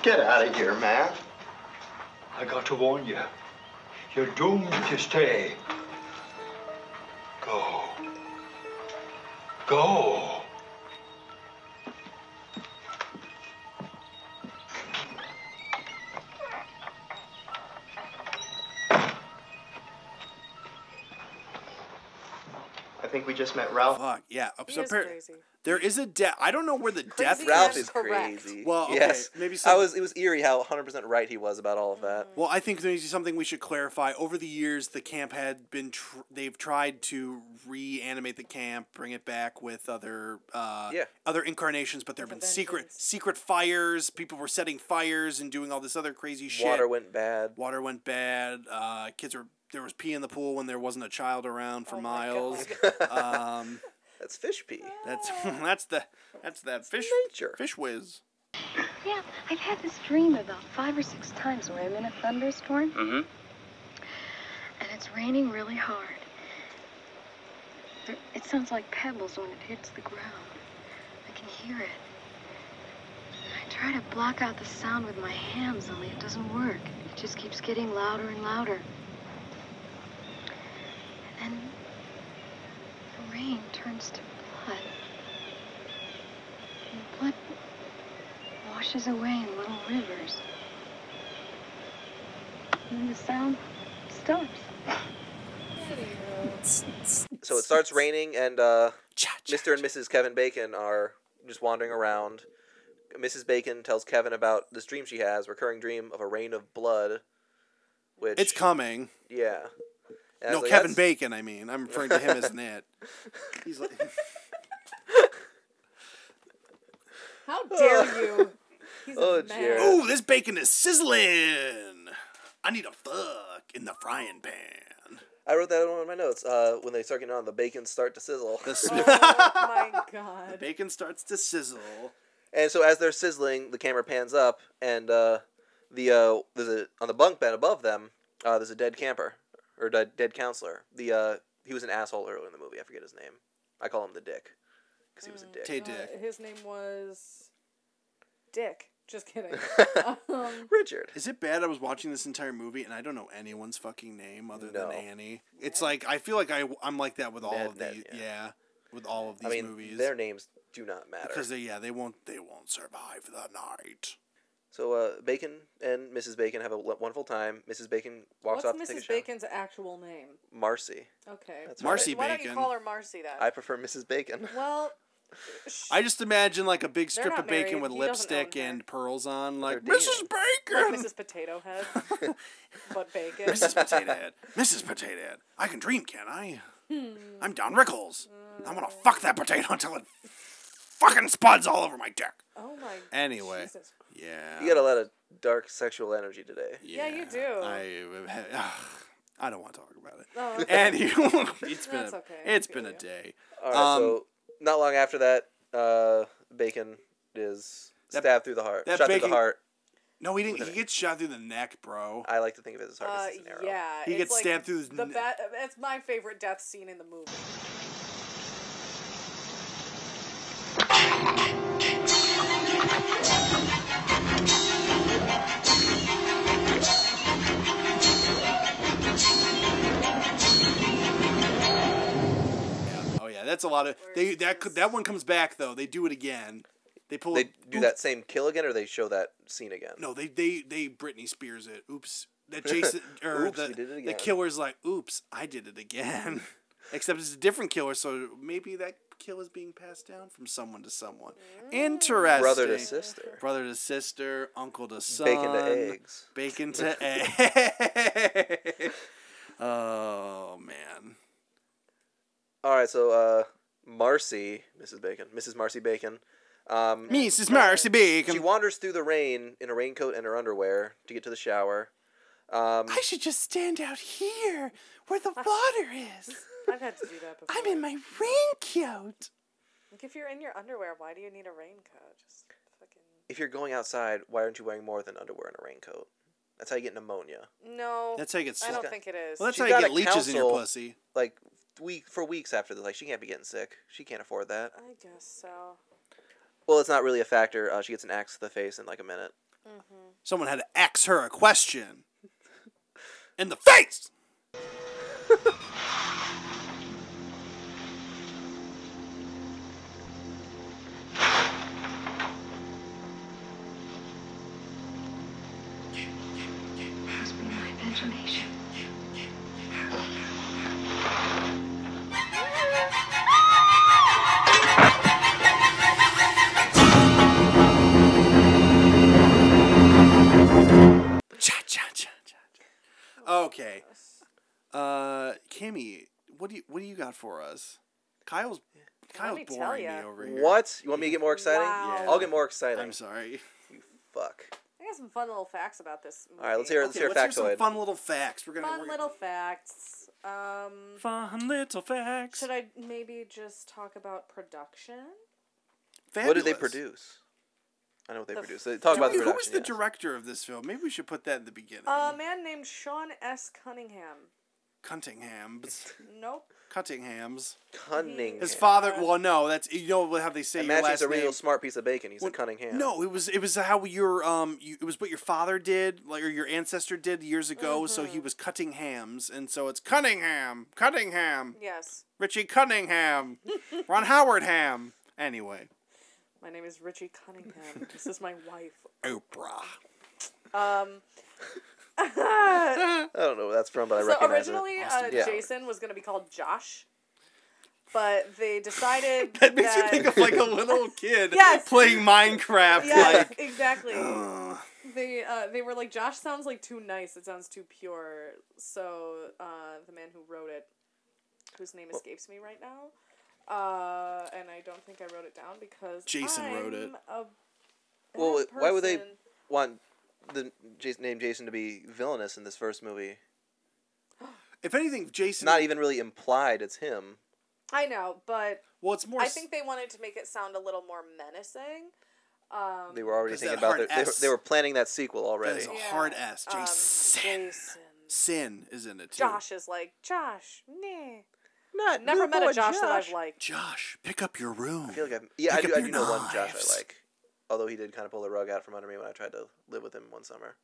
J: Get out of here, man. I got to warn you. You're doomed if you stay. Go. Go. I think we just met Ralph.
B: Fuck yeah! Oh,
D: He
B: So
D: is
B: appar-
D: crazy. Oh
B: There is a death. I don't know where the death
D: Crazy
C: Ralph
B: curse-
C: is
D: correct.
C: crazy.
B: Well, okay,
C: yes,
B: maybe
C: I
B: some-
C: was. It was eerie how 100 percent right he was about all of that.
B: Well, I think there's something we should clarify. Over the years, the camp had been tr- they've tried to reanimate the camp, bring it back with other uh,
C: Yeah.
B: other incarnations, but there have been
D: With a
B: secret
D: vengeance.
B: secret fires. People were setting fires and doing all this other crazy shit.
C: Water went bad.
B: Water went bad. Uh, kids were there was pee in the pool when there wasn't a child around for
D: Oh my
B: miles. um,
C: That's fish pee.
B: that's that's the that's that fish
C: Nature.
B: fish whiz.
E: Yeah, I've had this dream about five or six times where I'm in a thunderstorm. And it's raining really hard. It sounds like pebbles when it hits the ground. I can hear it. I try to block out the sound with my hands, only it doesn't work. It just keeps getting louder and louder. And then the rain turns to blood. And the blood washes away in little rivers. And then the sound stops.
C: So it starts raining, and uh, Mr. and Mrs. Kevin Bacon are just wandering around. Mrs. Bacon tells Kevin about this dream she has, recurring dream of a rain of blood. Which
B: It's coming.
C: yeah. And I
B: No,
C: was like,
B: Kevin
C: "That's-
B: Bacon. I mean, I'm referring to him as Nat. He's like,
D: How dare you? He's
C: Oh,
D: mad.
C: Jared.
B: ooh, this bacon is sizzling. I need a fuck in the frying pan.
C: I wrote that in one of my notes. Uh, when they start getting on, the bacons start to sizzle.
B: The
D: Oh
B: sm-
D: my god.
B: bacon starts to sizzle.
C: And so as they're sizzling, the camera pans up, and uh, the uh, there's a on the bunk bed above them. Uh, there's a dead camper or dead dead counselor. The uh, he was an asshole earlier in the movie. I forget his name. I call him the Dick because he was a dick.
B: Tay
D: Uh,
B: Dick.
D: his name was Dick. Just kidding. um,
C: Richard.
B: Is it bad I was watching this entire movie and I don't know anyone's fucking name other
C: No.
B: than Annie? It's like I feel like I I'm like that with all
C: Ned-
B: of
C: Ned,
B: these.
C: yeah.
B: yeah. with all of these
C: I mean,
B: movies.
C: their names do not matter.
B: because they yeah they won't they won't survive the night.
C: So uh, Bacon and Mrs. Bacon have a lo- wonderful time. Mrs. Bacon walks
D: what's
C: off to take a
D: Mrs.
C: shower.
D: Bacon's actual name?
C: Marcy.
D: Okay.
C: That's
B: Marcy
D: Why don't you
B: Bacon.
D: call her Marcy then?
C: I prefer Mrs. Bacon.
D: well,
B: I just imagine like a big
D: They're
B: strip
D: not
B: of bacon
D: married.
B: with
D: He doesn't
B: lipstick
D: own her.
B: and pearls on, like
C: They're
B: Mrs. Bacon,
D: like Mrs. Potato Head, but bacon.
B: Mrs. Potato Head, Mrs. Potato Head. I can dream, can I?
D: Hmm.
B: I'm Don Rickles. I want to fuck that potato until it fucking spuds all over my dick.
D: Oh my.
B: Anyway.
D: Jesus.
B: Yeah.
C: You got a lot of dark sexual energy today.
D: Yeah, you do.
B: I, I don't want to talk about it.
D: Oh, okay.
B: And you, it's been
D: That's
B: a,
D: okay. I
B: it's been a
D: feel you.
B: day.
C: All right.
B: Um,
C: so not long after that, uh, Bacon is
B: That-
C: stabbed through the heart,
B: that
C: shot through
B: bacon-
C: the heart.
B: No, he didn't. He gets shot through the neck, bro.
C: I like to think of it as heart
D: Uh,
C: as an arrow.
D: yeah.
B: He
D: it's
B: gets
D: like
B: stabbed through his
D: the
B: neck.
D: bat. That's my favorite death scene in the movie.
B: Oh yeah, that's a lot of they. That could- that one comes back though. They do it again. They pull.
C: They do
B: oops-
C: that same kill again, or they show that scene again.
B: No, they they they Britney Spears it. Oops. That Jason or
C: Oops,
B: the
C: we did it
B: the
C: again.
B: killer's like, oops, I did it again. Except it's a different killer, so maybe that kill is being passed down from someone to someone. Interesting.
C: Mm. brother to sister,
B: Brother to sister, uncle to son,
C: bacon to eggs.
B: bacon to egg. oh man,
C: All right, so uh, Marcy, Mrs. Bacon, Mrs. Marcy Bacon, um,
B: Mrs. Marcy
C: she
B: Bacon.
C: wanders through the rain in a raincoat and her underwear to get to the shower. Um,
B: I should just stand out here where the water is.
D: I've had to do that before.
B: I'm in my raincoat.
D: Like, if you're in your underwear, why do you need a raincoat? Just fucking.
C: if you're going outside, why aren't you wearing more than underwear and a raincoat? That's how you get pneumonia.
D: No.
B: That's how you get
D: I don't
B: sick.
D: think it is.
B: Well, that's
C: She's
B: how you
C: got
B: get
C: a
B: leeches in your
C: council.
B: pussy.
C: Like week for weeks after this, like she can't be getting sick. She can't afford that.
D: I guess so.
C: Well, it's not really a factor. Uh, she gets an axe to the face in like a minute.
B: Someone had to ask her a question. In the face!
E: Must be my imagination.
B: Cha cha cha cha. cha. Okay. Uh, Cammy, what do you what do you got for us? Kyle's Kyle's
D: me tell
B: boring me
D: ya.
B: over here.
C: What? You want me to get more exciting?
D: Wow.
B: Yeah.
C: I'll get more exciting.
B: I'm sorry.
C: Fuck.
D: I got some fun little facts about this. Movie.
C: All right, let's hear it. Let's
B: Okay,
C: hear a
B: let's hear some
C: factoid.
B: fun little facts. We're gonna
D: Fun
B: we're
D: little facts. Um,
B: fun little facts.
D: should I maybe just talk about production?
C: What did they
B: Fabulous.
C: produce? I know what they
D: The
C: produced. They talk about the
B: Who
C: production.
B: was the
C: yes.
D: Um,
B: Mm-hmm. director of this film? Maybe we should put that in the beginning.
D: A man named Sean S. Cunningham.
B: Cuntinghams.
D: Nope.
B: Cuntinghams.
C: Cunningham.
B: His father. Well, no, that's you know how they say your
C: Imagine
B: last
C: he's a real
B: name.
C: smart piece of bacon. He's
B: Well,
C: a Cunningham.
B: No, it was it was how your um you, it was what your father did like or your ancestor did years ago. So
C: Mm-hmm.
B: he was cutting hams, and so it's Cunningham, Cunningham,
D: Yes.
B: Richie Cunningham, Ron Howard Ham. Anyway,
D: My name is Richie Cunningham. this is my wife.
B: Oprah.
D: Um,
C: I don't know where that's from, but I
D: so
C: recognize
D: originally,
C: it.
D: uh,
C: Yeah.
D: Jason was going to be called Josh, but they decided
B: That makes you think of like a little kid
D: Yes.
B: playing Minecraft.
D: yeah,
B: Like
D: exactly. They uh, they were like Josh sounds like too nice. It sounds too pure. So uh, the man who wrote it, whose name escapes me right now, uh, and I don't think I wrote it down because
B: Jason wrote it.
D: I'm a
C: Well,
D: bad
C: wait, why would they
D: person.
C: want the Jas- name Jason to be villainous in this first movie?
B: if anything,
C: It's
B: Jason.
C: not e even really implied it's him.
D: I know, but
B: well, it's more.
D: I
B: s-
D: think they wanted to make it sound a little more menacing. Um,
C: They were already
B: Because that
C: thinking about
B: hard
C: their, they, were,
B: S-
C: they were planning that sequel
B: that
C: already.
B: is a
D: Yeah.
B: hard S.
D: um,
B: Jason.
D: Jason.
B: Sin is in it too.
D: Josh is like Josh. Nah.
C: Not
D: Never met a Josh, that I've liked.
B: Josh, pick up your room.
C: I feel like I've, yeah, I
B: Pick
C: do,
B: up
C: I do
B: your
C: know one Josh
B: knives.
C: I like. Although he did kind of pull the rug out from under me when I tried to live with him one summer.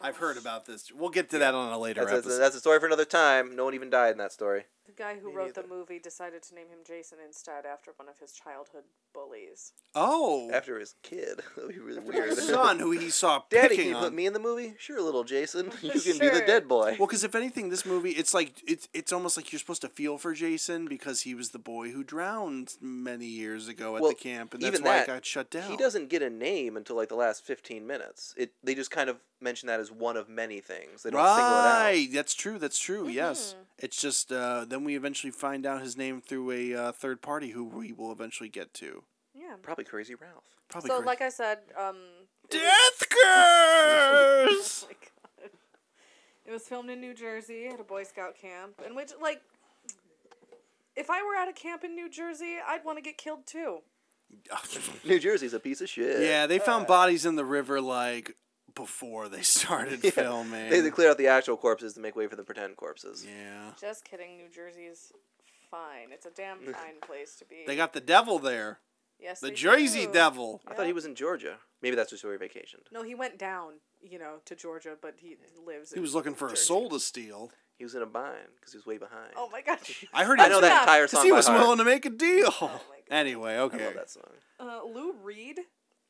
B: I've heard about this. We'll get to that on a later
C: That's,
B: episode.
C: that's, that's a story for another time. No one even died in that story.
D: The guy who wrote the movie decided to name him Jason instead after one of his childhood bullies.
B: oh,
C: After his kid. That would be really weird.
B: his son who he saw
C: Daddy,
B: picking
C: can you put
B: on.
C: me in the movie? Sure, little Jason. You can be the
D: Sure.
C: dead boy.
B: Well, because if anything, this movie it's like it's it's almost like you're supposed to feel for Jason because he was the boy who drowned many years ago at
C: Well,
B: the camp, and that's
C: even
B: why
C: that,
B: it got shut down.
C: He doesn't get a name until like the last 15 minutes. It They just kind of mention that as one of many things. They don't
B: Right, that's true. That's
C: Mm-hmm.
B: true. Yes, it's just uh, then we eventually find out his name through a uh, third party who we will eventually get to.
C: single
D: Yeah.
C: it out. Probably Crazy Ralph.
B: Probably
D: So,
B: correct.
D: like I said, um, it was-
B: death curse.
D: Oh my god. It was filmed in New Jersey at a Boy Scout camp, in which, like, if I were at a camp in New Jersey, I'd want to get killed too.
C: New Jersey's a piece of shit.
B: Yeah, they
C: Uh,
B: found bodies in the river like before they started filming.
C: They, they clear out the actual corpses to make way for the pretend corpses.
B: yeah.
D: Just kidding. New Jersey's fine. It's a damn fine place to be.
B: They got the devil there.
D: yes,
B: The
D: they
B: Jersey
D: do.
B: devil.
C: I thought he was in Georgia. Maybe that's just where he vacationed.
D: No, he went down, you know, to Georgia, but he lives.
B: He
D: in
B: was looking for a
D: Jersey.
B: soul to steal.
C: He was in a bind because he was way behind.
D: Oh my gosh.
B: I heard he
C: I know
B: was
C: that
D: Yeah,
C: entire song.
B: because he
C: by
B: was
C: heart.
B: willing to make a deal.
D: Oh God.
B: anyway, okay.
C: I love that song.
D: Uh, Lou Reed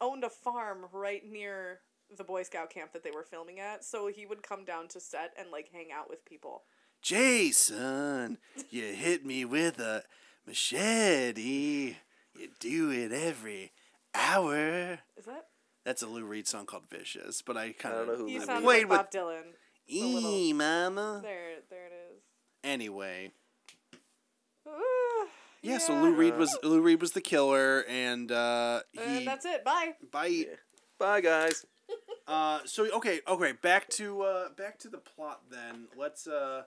D: owned a farm right near the Boy Scout camp that they were filming at, so he would come down to set and like hang out with people.
B: Jason, you hit me with a machete. You do it every hour.
D: Is that?
B: That's a Lou Reed song called "Vicious," but I kind
C: don't know
B: of
C: who Lou
D: You
C: Reed
D: sound
B: played
D: like
B: with.
D: Bob Dylan.
B: Eee, mama.
D: There, there it is.
B: Anyway,
D: Ooh,
B: yeah, So Lou Reed was Lou Reed was the killer, and uh, he
D: And that's it. Bye.
B: by
C: Bye, guys.
B: uh. So okay, okay. Back to uh, back to the plot. Then let's uh,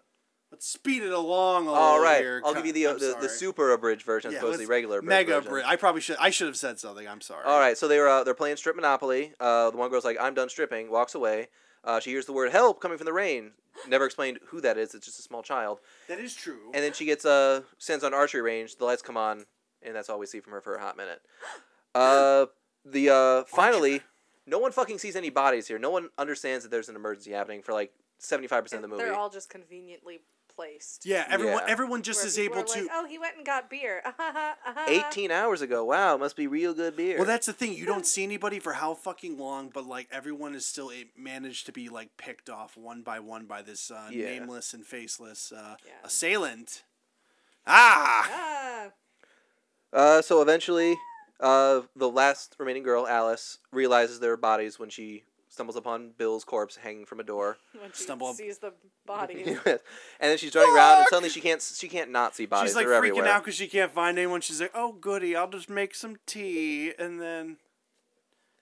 B: let's speed it along a little
C: All right,
B: Oh, here.
C: I'll give you the uh,
B: I'm
C: the, the
B: sorry.
C: super abridged version
B: Yeah,
C: as opposed to
B: let's-
C: the regular abridged
B: mega
C: version.
B: abridged. I probably should I should have said something. I'm sorry.
C: All right, so they were uh, they're playing strip monopoly. Uh, the one girl's like, "I'm done stripping," walks away. Uh, she hears the word "help" coming from the rain. Never explained who that is. It's just a small child.
B: that is true.
C: And then she gets uh sends on archery range. The lights come on, and that's all we see from her for a hot minute. Uh, the uh, finally, no one fucking sees any bodies here. No one understands that there's an emergency happening for like seventy five percent of the movie.
D: They're all just conveniently placed.
B: yeah, everyone
C: Yeah.
B: everyone just
D: where
B: is
D: people
B: able
D: are
B: to.
D: Like, oh, he went and got beer. Ah, uh,
C: Eighteen hours ago. Wow, it must be real good beer.
B: Well, that's the thing. You don't see anybody for how fucking long, but like everyone is still it managed to be like picked off one by one by this uh,
C: Yeah.
B: nameless and faceless uh,
D: Yeah.
B: assailant. Ah,
D: Ah,
C: Uh, so eventually, uh, the last remaining girl, Alice, realizes their bodies when she stumbles upon Bill's corpse hanging from a door,
D: when she
B: Stumble up-
D: sees the body.
C: and then she's running around, and suddenly she can't she can't not see bodies.
B: she's like
C: They're
B: freaking
C: everywhere.
B: out because she can't find anyone. She's like, "Oh goody, I'll just make some tea," and then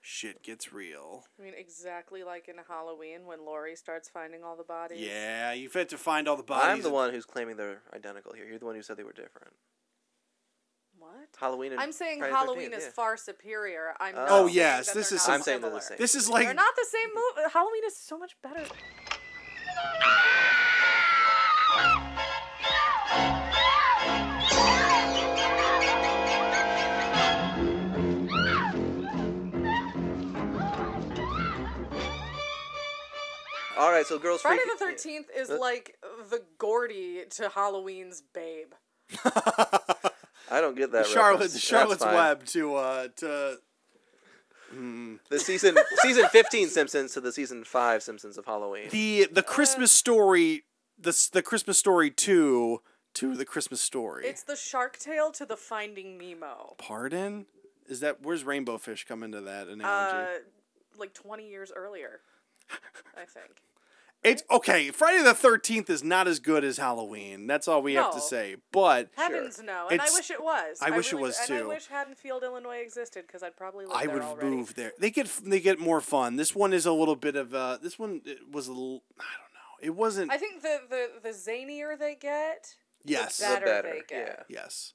B: shit gets real.
D: I mean, exactly like in Halloween when Laurie starts finding all the bodies.
B: Yeah, you've had to find all the bodies.
C: I'm the one who's claiming they're identical here. You're the one who said they were different.
D: What?
C: Halloween. And
D: I'm saying
C: Friday the
D: Halloween
C: 13th,
D: is
C: yeah.
D: far superior. I'm. not
B: Oh,
D: saying
B: yes,
D: that
B: this
D: they're
B: is
D: not
B: some-
C: I'm saying they're the same.
D: similar.
B: This is like
D: They're not the same movie. Halloween is so much better.
C: All right, so girls.
D: Friday
C: freaking-
D: the Thirteenth is
C: Uh,
D: like the Gordy to Halloween's Babe.
C: I don't get that.
B: Charlotte,
C: reference. That's
B: Charlotte's
C: fine.
B: Web to uh to
C: The season season fifteen Simpsons to the season five Simpsons of Halloween.
B: the the Christmas story, the s- the Christmas story two to the Christmas story.
D: It's the Shark Tale to the Finding Nemo.
B: Pardon? Is that where's Rainbow Fish come into that analogy?
D: Uh, like twenty years earlier, I think.
B: It's okay. Friday the Thirteenth is not as good as Halloween. That's all we have to
D: No.
B: say. But
D: Heavens no, and I
B: It's-
D: wish it was.
B: I wish it
D: really-
B: was
D: and
B: too.
D: I wish Haddonfield, Illinois existed because I'd probably live
B: I
D: there
B: would
D: already.
B: move there. They get they get more fun. This one is a little bit of uh. This one it was a little. I don't know. It wasn't.
D: I think the the the zanier they get,
B: yes.
D: the better,
C: better,
D: they get.
B: Yes.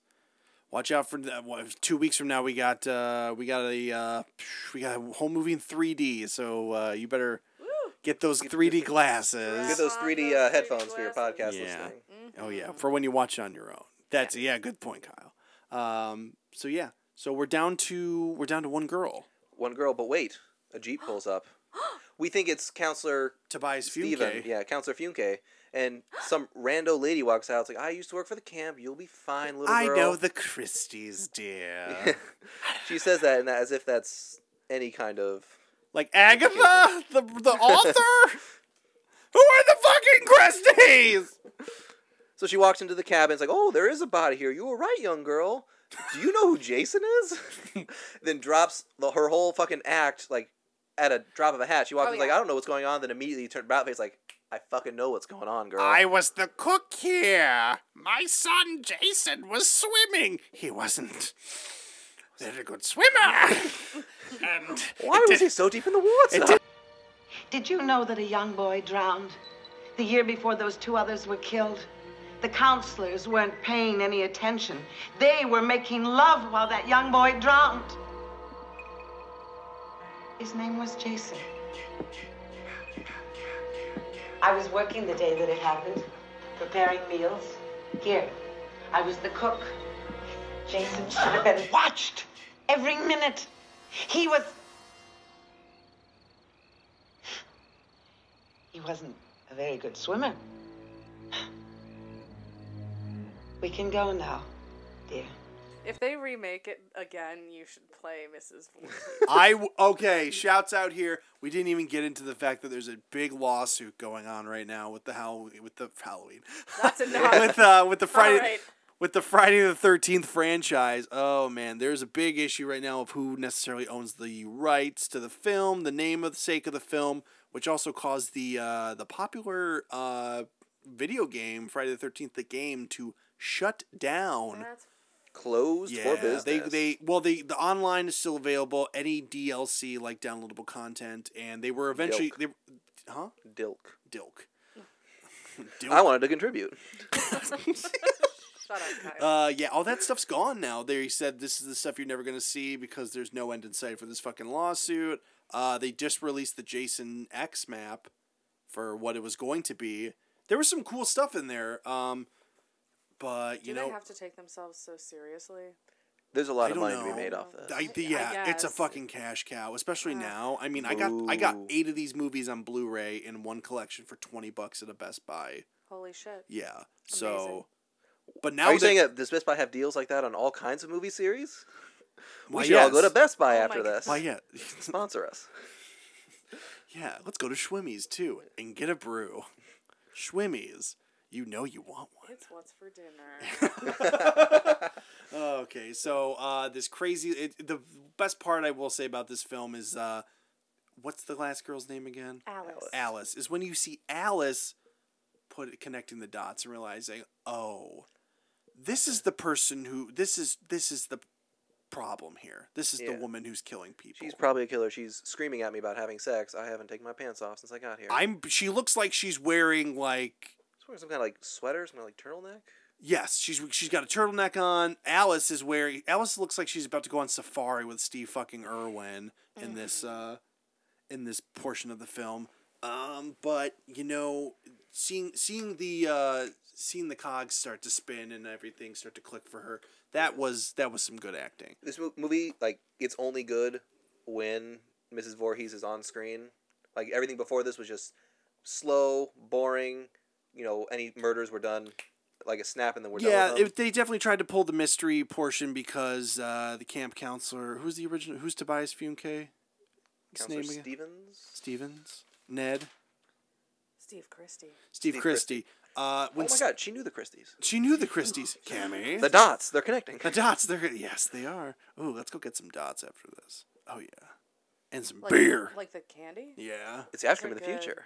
B: Watch out for that. one. Two weeks from now, we got uh, we got a uh, we got a whole movie in three D. So uh, you better get those three D glasses.
C: Get those three D uh, headphones for your podcast
B: Yeah.
C: listening.
B: Oh yeah, for when you watch it on your own. That's yeah, good point, Kyle. Um, so yeah, so we're down to we're down to one girl,
C: One girl, but wait, a jeep pulls up. We think it's Counselor
B: Tobias
C: Steven,
B: Fuke.
C: yeah, Counselor Funke, and some rando lady walks out. It's like, I used to work for the camp. You'll be fine, little
B: I
C: girl.
B: know the Christies, dear.
C: she says that, and as if that's any kind of.
B: like Agatha, the the author. Who are the fucking Christies?
C: So she walks into the cabin. It's like, oh, there is a body here. You were right, young girl. Do you know who Jason is? then drops the, her whole fucking act like at a drop of a hat. She walks
D: Oh,
C: in like,
D: yeah.
C: I don't know what's going on. Then immediately turned about face like, I fucking know what's going on, girl.
B: I was the cook here. My son Jason was swimming. He wasn't. They're a good swimmer. and
C: Why was he so deep in the water?
F: Did you know that a young boy drowned? The year before those two others were killed? The counselors weren't paying any attention. They were making love while that young boy drowned. His name was Jason. I was working the day that it happened, preparing meals. Here, I was the cook. Jason should have been watched every minute. He was. He wasn't a very good swimmer. We can go now, dear.
D: If they remake it again, you should play Mrs. Voorhees.
B: I w- okay. Shouts out here. We didn't even get into the fact that there's a big lawsuit going on right now with the how with the Halloween
D: That's enough.
B: with uh with the Friday
D: All right.
B: with the Friday the Thirteenth franchise. Oh man, there's a big issue right now of who necessarily owns the rights to the film, the name of the sake of the film, which also caused the uh, the popular uh, video game Friday the Thirteenth, the game, to shut down
D: That's
C: Closed for business.
B: they they well they the online is still available. Any DLC like downloadable content, and they were eventually
C: Dilk.
B: they, huh?
C: Dilk.
B: Dilk. Dilk.
C: I wanted to contribute.
D: shut up, Kyle.
B: Uh, yeah, all that stuff's gone now. They said this is the stuff you're never gonna see because there's no end in sight for this fucking lawsuit. Uh, they just released the Jason X map for what it was going to be. There was some cool stuff in there. Um, but
D: Do
B: you
D: they
B: know,
D: have to take themselves so seriously?
C: There's a lot
B: I
C: of
B: don't
C: money to
B: know.
C: be made off this.
B: I,
D: I
B: yeah, it's a
D: guess.
B: fucking cash cow, especially now. I mean, I got I got
C: Ooh.
B: eight of these movies on Blu-ray in one collection for twenty bucks at a Best Buy.
D: Holy shit.
B: Yeah,
D: Amazing.
B: so. But now
C: Are you
B: they-
C: saying that does Best Buy have deals like that on all kinds of movie series? We
B: Why,
C: should all go
B: yes.
C: to Best Buy
D: Oh
C: after
D: my
C: this.
B: Why, yeah,
C: Sponsor us.
B: yeah. Let's go to Schwimmies too and get a brew. Schwimmies, you know you want one.
D: It's what's for dinner.
B: Okay, so uh, this crazy. It, the best part I will say about this film is uh, what's the last girl's name again?
D: Alice.
B: Alice is when you see Alice put connecting the dots and realizing, oh, this is the person who this is this is the problem here. This is
C: Yeah.
B: the woman who's killing people.
C: She's probably a killer. She's screaming at me about having sex. I haven't taken my pants off since I got here.
B: I'm. She looks like she's wearing like
C: She's wearing some kind of like sweater, some kind of like turtleneck.
B: Yes, she's she's got a turtleneck on. Alice is wearing. Alice looks like she's about to go on safari with Steve fucking Irwin in this uh, in this portion of the film. Um, but you know, seeing seeing the uh, seeing the cogs start to spin and everything start to click for her. That was that was some good acting.
C: This mo- movie, like, it's only good when Mrs. Voorhees is on screen. Like everything before this was just slow, boring. You know, any murders were done like a snap, and then we're done.
B: yeah,
C: with 'em.
B: it, they definitely tried to pull the mystery portion because uh, the camp counselor, who's the original, who's Tobias Funke? His
C: Counselor
B: name again?
C: Stevens.
B: Stevens, Ned,
D: Steve Christie.
B: Steve,
C: Steve
B: Christie. Uh,
C: Oh
B: when
C: my
B: s-
C: God, she knew the Christies.
B: she knew the Christies, Cammy.
C: The dots, they're connecting.
B: The dots, they're yes, they are. Oh, let's go get some dots after this. Oh yeah, and some
D: Like,
B: beer.
D: Like the candy?
B: yeah.
C: It's the ice cream of
D: They're
C: the
D: good.
C: future.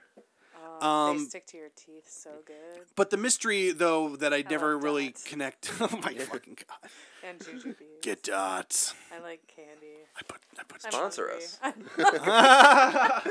C: Oh,
D: they
B: Um,
D: stick to your teeth so good.
B: but the mystery though that I never
D: love
B: really
D: dots.
B: connect. Oh my fucking god!
D: And jujubes.
B: Get dots.
D: I like candy.
B: I put. I put.
D: I'm
C: Sponsor
D: hungry.
C: us.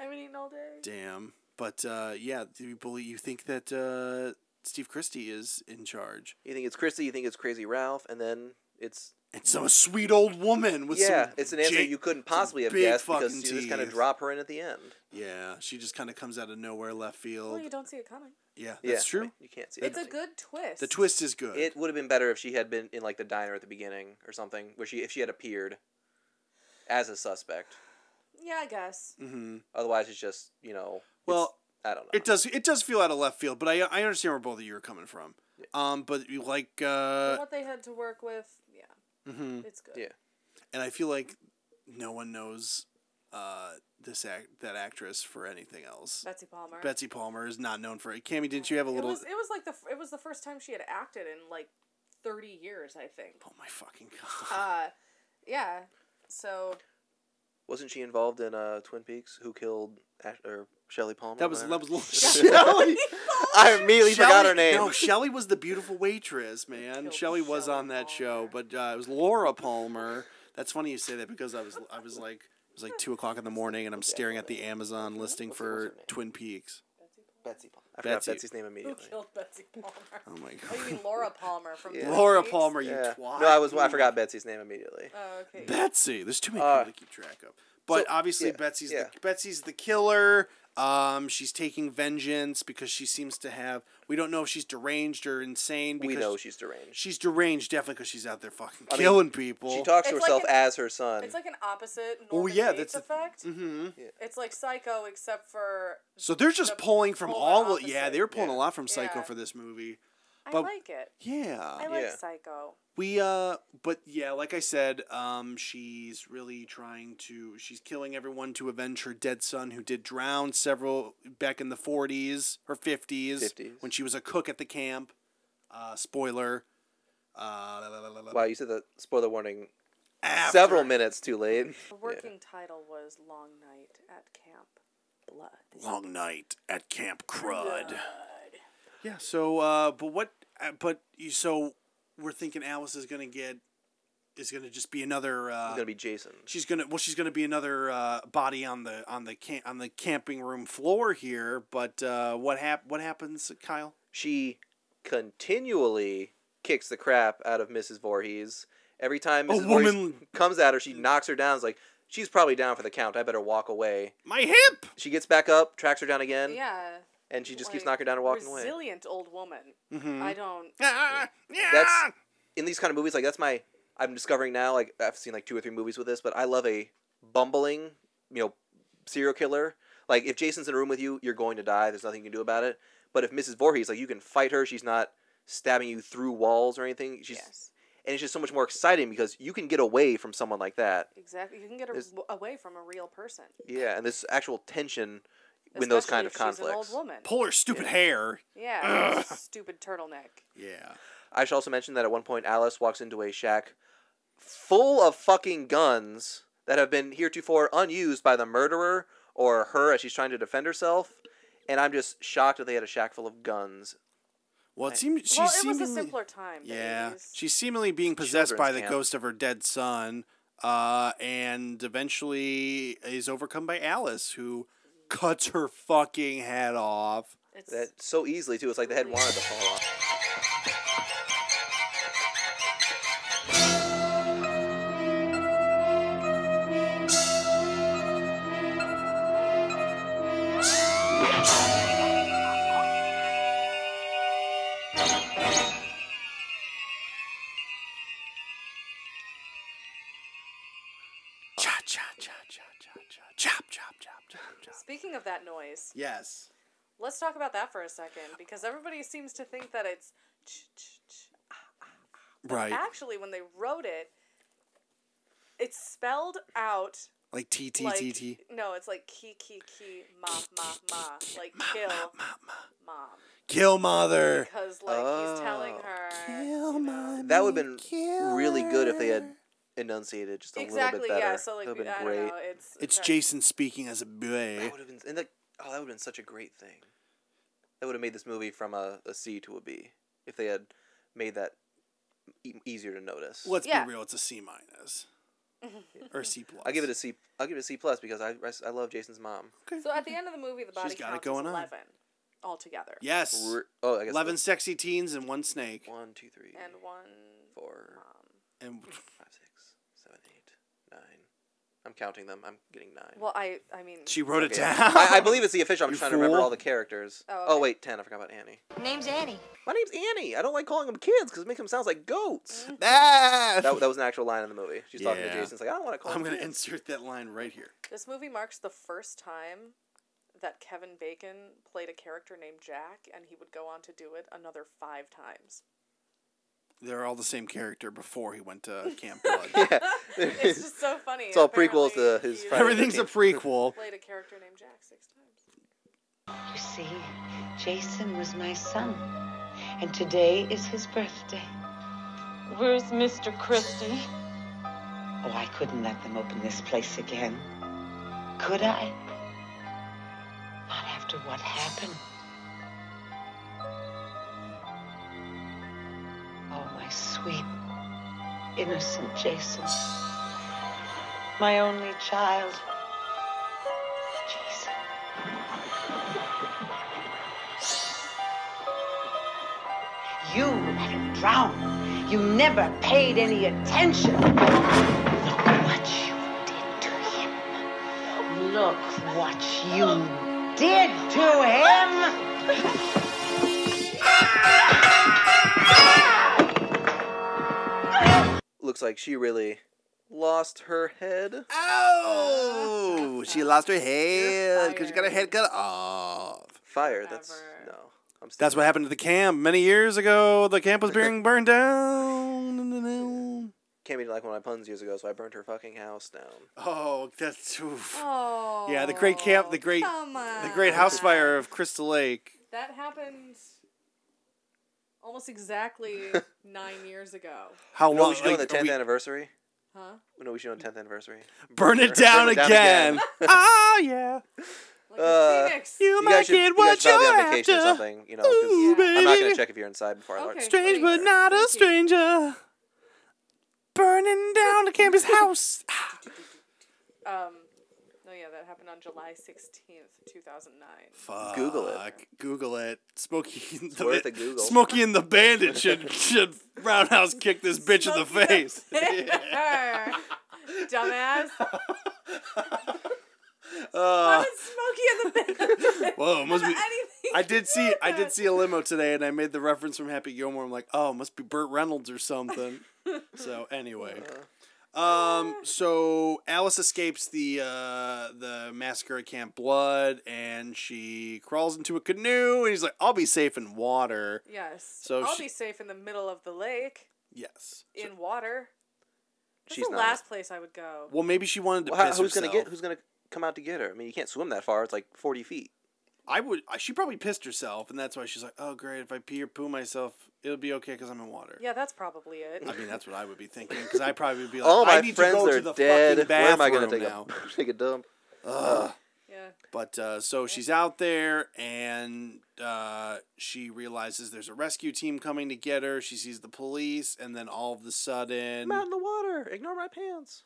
D: I've been eating all day.
B: Damn. But uh, yeah, do you believe you think that uh, Steve Christie is in charge?
C: You think it's Christie, you think it's Crazy Ralph, and then it's
B: It's some sweet old woman with
C: yeah,
B: some.
C: it's an answer
B: jig-
C: you couldn't
B: some
C: possibly have
B: big
C: guessed because
B: fucking
C: you just kind of
B: teeth.
C: drop her in at the end.
B: Yeah, she just kind of comes out of nowhere, left
D: Well,
B: field.
D: you don't see it coming.
B: Yeah,
C: Yeah,
B: that's
C: I
B: true.
C: mean, you can't see it.
D: It's a good twist.
B: The twist is good.
C: It would have been better if she had been in like the diner at the beginning or something, where she if she had appeared as a suspect.
D: Yeah, I guess.
B: hmm
C: Otherwise, it's just you know. it's-
B: Well,
C: I don't know.
B: it does. It does feel out of left field, but I I understand where both of you are coming from. Um, but you like
D: But
B: uh,
D: what they had to work with, yeah,
B: mhm.
D: it's good.
C: Yeah.
B: and I feel like no one knows uh this act that actress for anything else.
D: Betsy Palmer.
B: Betsy Palmer is not known for it. Cammy, didn't you have a
D: it
B: little?
D: was it was like the f- it was the first time she had acted in like thirty years, I think.
B: oh my fucking god!
D: Uh, yeah. So
C: Wasn't she involved in uh, Twin Peaks? Who killed Ash- or Shelley Palmer?
B: that was
C: Whatever.
B: that was Shelly.
C: I immediately forgot
B: Shelley-
C: her name.
B: No, Shelly was the beautiful waitress, man.
D: Killed
B: Shelly was
D: Shelley
B: on that show,
D: Palmer.
B: but uh, it was Laura Palmer. That's funny you say that because I was I was like it was like two o'clock in the morning and I'm staring at the Amazon listing for Twin Peaks.
C: Betsy Palmer. I forgot
B: Betsy.
C: Betsy's name
D: who
C: immediately.
D: killed Betsy Palmer?
B: Oh my
D: Oh, you
B: god.
D: mean Laura Palmer from Twin
B: Laura
D: Peaks?
B: Palmer, you
C: Yeah.
B: twat.
C: No, I was I forgot Betsy's name immediately.
D: Oh, okay.
B: Betsy. There's too many
C: Uh,
B: people to keep track of. But
C: so-
B: obviously,
C: yeah,
B: Betsy's
C: yeah.
B: the Betsy's the killer. Um, she's taking vengeance because she seems to have. We don't know if she's deranged or insane. Because
C: We know she's deranged.
B: she's deranged definitely because she's out there fucking
C: I mean,
B: killing people.
C: She talks to
D: It's like
C: herself
D: an-
C: as her son.
D: It's like an opposite
B: Oh,
D: Norman
B: yeah,
D: Bates
B: that's a-
D: effect.
B: hmm
D: It's like Psycho, except for
B: So they're just
D: The
B: pulling from
D: polar
B: all. Yeah,
D: opposite.
B: they were pulling a
C: Yeah.
B: lot from Psycho
D: Yeah.
B: for this movie.
D: I
B: But-
D: like it.
B: Yeah.
D: I like
C: Yeah.
D: Psycho.
B: We uh but yeah, like I said, um she's really trying to she's killing everyone to avenge her dead son who did drown several back in the 40s or 50s,
C: 50s.
B: when she was a cook at the camp. Uh spoiler. Uh la, la, la, la, la.
C: wow, you said the spoiler warning
B: After- Uh,
C: several minutes too late.
D: The working title was Long Night at Camp Blood.
B: long night at Camp Crud. Yeah, so uh but what uh, but you so we're thinking Alice is going to get is going to just be another uh
C: It's gonna be Jason.
B: she's gonna well she's gonna be another uh, body on the on the cam- on the camping room floor here but uh, what hap- what happens kyle
C: She continually kicks the crap out of Mrs. Voorhees. Every time
B: A
C: Mrs. Voorhees
B: woman-
C: comes at her, she knocks her down. It's like she's probably down for the count. I better walk away.
B: my hip
C: She gets back up, tracks her down again,
D: Yeah.
C: and she just keeps
D: like,
C: knocking her down and walking away.
D: Resilient old woman.
B: Mm-hmm.
D: I don't.
B: Ah, yeah.
C: That's in these kind of movies. Like that's my I'm discovering now. Like I've seen like two or three movies with this, but I love a bumbling, you know, serial killer. Like if Jason's in a room with you, you're going to die. There's nothing you can do about it. But if Mrs. Voorhees, like you can fight her. She's not stabbing you through walls or anything. She's
D: Yes.
C: and it's just so much more exciting because you can get away from someone like that.
D: Exactly. You can get a,
C: There's-
D: away from a real person.
C: Yeah, and this actual tension in those kind of
D: especially if she's
C: conflicts.
D: an old woman.
B: pull her stupid hair
D: Yeah. Stupid turtleneck.
B: yeah
C: I should also mention that at one point Alice walks into a shack full of fucking guns that have been heretofore unused by the murderer or her as she's trying to defend herself. And I'm just shocked that they had a shack full of guns.
B: well it seemed she
D: well, it was
B: seemingly
D: a simpler time. the
B: yeah
D: 80s.
B: she's seemingly being possessed
C: Children's
B: by the
C: camp.
B: ghost of her dead son uh, and eventually is overcome by alice who cuts her fucking head off
D: It's,
C: That so easily too. It's like the head wanted to fall off.
D: of that noise.
B: Yes.
D: Let's talk about that for a second because everybody seems to think that it's ch ch ch.
B: Right.
D: Actually, when they wrote it, it's spelled out
B: Like T T
D: like
B: T T.
D: no, it's like ki ki ki ma ma ma like kill mom
B: Kill mother.
D: because like he's telling her
B: Oh,
C: That would have been really good if they had enunciated just a
D: exactly
C: little bit better.
D: yeah. So like
C: that would have
D: I
C: been great.
D: don't know. It's
B: It's Jason speaking as a boy.
C: That would have been, and that, oh, that would have been such a great thing. That would have made this movie from a, a C to a B if they had made that e- easier to notice.
B: Let's
D: Yeah.
B: be real. It's a C minus or a C plus.
C: I give it a C. I'll give it a C plus because I, I s- I love Jason's mom.
D: So at the end of the movie, the body
B: got it
D: count
B: going
D: is
B: on.
D: eleven altogether.
B: yes.
C: R- Oh, I guess
B: Eleven
C: the-
B: sexy teens and one snake.
C: One, two, three,
D: And one
C: four,
B: And
C: five, six, seven, eight, nine. I'm counting them. I'm getting nine.
D: well, I I mean
B: she wrote it
C: Okay.
B: down.
C: I, I believe it's the official. I'm
B: You
C: just trying to remember
B: fool.
C: all the characters.
D: Oh,
C: Oh,
D: okay.
C: wait, ten. I forgot about Annie.
I: Name's Annie.
C: My name's Annie. I don't like calling them kids because it makes them sound like goats.
D: Mm.
B: Ah!
C: that, that was an actual line in the movie. She's talking to
B: Yeah.
C: Jason. It's like, I don't want to call
B: I'm
C: them
B: gonna
C: kids.
B: insert that line right here.
D: this movie marks the first time that Kevin Bacon played a character named Jack, and he would go on to do it another five times.
B: They're all the same character before he went to Camp Blood.
D: It's just so funny.
C: It's all prequels to
D: Apparently,
C: his
D: he
C: Friday the
B: Everything's a
C: 13th.
B: prequel.
D: Played a character named Jack six times.
F: You see, Jason was my son, and today is his birthday.
K: Where's Mr. Christie?
F: Oh, I couldn't let them open this place again. Could I? Not after what happened. Oh, my sweet, innocent Jason. My only child. Jason. You let him drown. You never paid any attention. Look what you did to him. Look what you did to him.
C: Looks like she really lost her head.
D: Ah,
B: Oh, she lost her head because she got her head cut off.
C: Fire. That's
D: Ever.
C: no. I'm still,
B: That's what happened to the camp many years ago. The camp was being burned down.
C: Cammy didn't like one of my puns years ago, so I burned her fucking house down.
B: Oh, that's oof.
D: Oh.
B: yeah. The great camp, the great,
D: come
B: the great house fire of Crystal Lake.
D: That happened almost exactly nine years ago.
B: How
C: You know what
B: long?
C: we should do on the
B: Oh, like,
C: 10th
B: we-
C: anniversary?
D: Huh?
C: You know what we should do on 10th anniversary?
B: burn it down
C: it down
B: again. Ah, yeah.
D: Like
C: Uh,
D: the Phoenix.
B: You,
C: You
B: my
C: guys should,
B: kid,
C: you guys
B: what
C: should
B: you
C: probably be on vacation or
B: after?
C: something, you know, 'cause
B: Ooh,
D: Yeah.
C: I'm not going
B: baby.
C: to check if you're inside before I
D: Okay.
C: start.
B: Strange but
D: Thank
B: not a
D: you.
B: stranger. Burning down the campus house.
D: Um, no, yeah, that happened on July 16th, 2009.
B: Ah, Fuck.
C: Google it.
B: Google it. Smokey. It's the,
C: worth a Google.
B: Smokey and the Bandit should should roundhouse kick this bitch in the face.
D: Dumbass.
B: Uh,
D: How did Smokey and the Bandit
B: whoa, must be.
D: anything?
B: I did see I did see a limo today, and I made the reference from Happy Gilmore. I'm like, oh, must be Burt Reynolds or something. so anyway, um, so Alice escapes the uh, the massacre at Camp Blood, and she crawls into a canoe, and he's like, I'll be safe in water.
D: Yes.
B: So
D: I'll
B: she-
D: be safe in the middle of the lake
B: Yes.
D: in water. That's
C: She's
D: the
C: not.
D: last place I would go.
B: Well, maybe she wanted to
C: Well, how,
B: piss
C: who's going to
B: herself.
C: get, who's going to come out to get her? I mean, you can't swim that far. It's like 40 feet.
B: I would. I- She probably pissed herself, and that's why she's like, "Oh, great! If I pee or poo myself, it'll be okay because I'm in water."
D: Yeah, that's probably it.
B: I mean, that's what I would be thinking because I probably would be like,
C: All my
B: "I need
C: friends
B: to go
C: are
B: to the
C: dead.
B: fucking
C: Where am
B: bathroom
C: I going to take
B: now."
C: a take a dump?
D: yeah.
B: But uh, so she's out there, and uh, she realizes there's a rescue team coming to get her. She sees the police, and then all of a sudden,
C: I'm out in the water. Ignore my pants.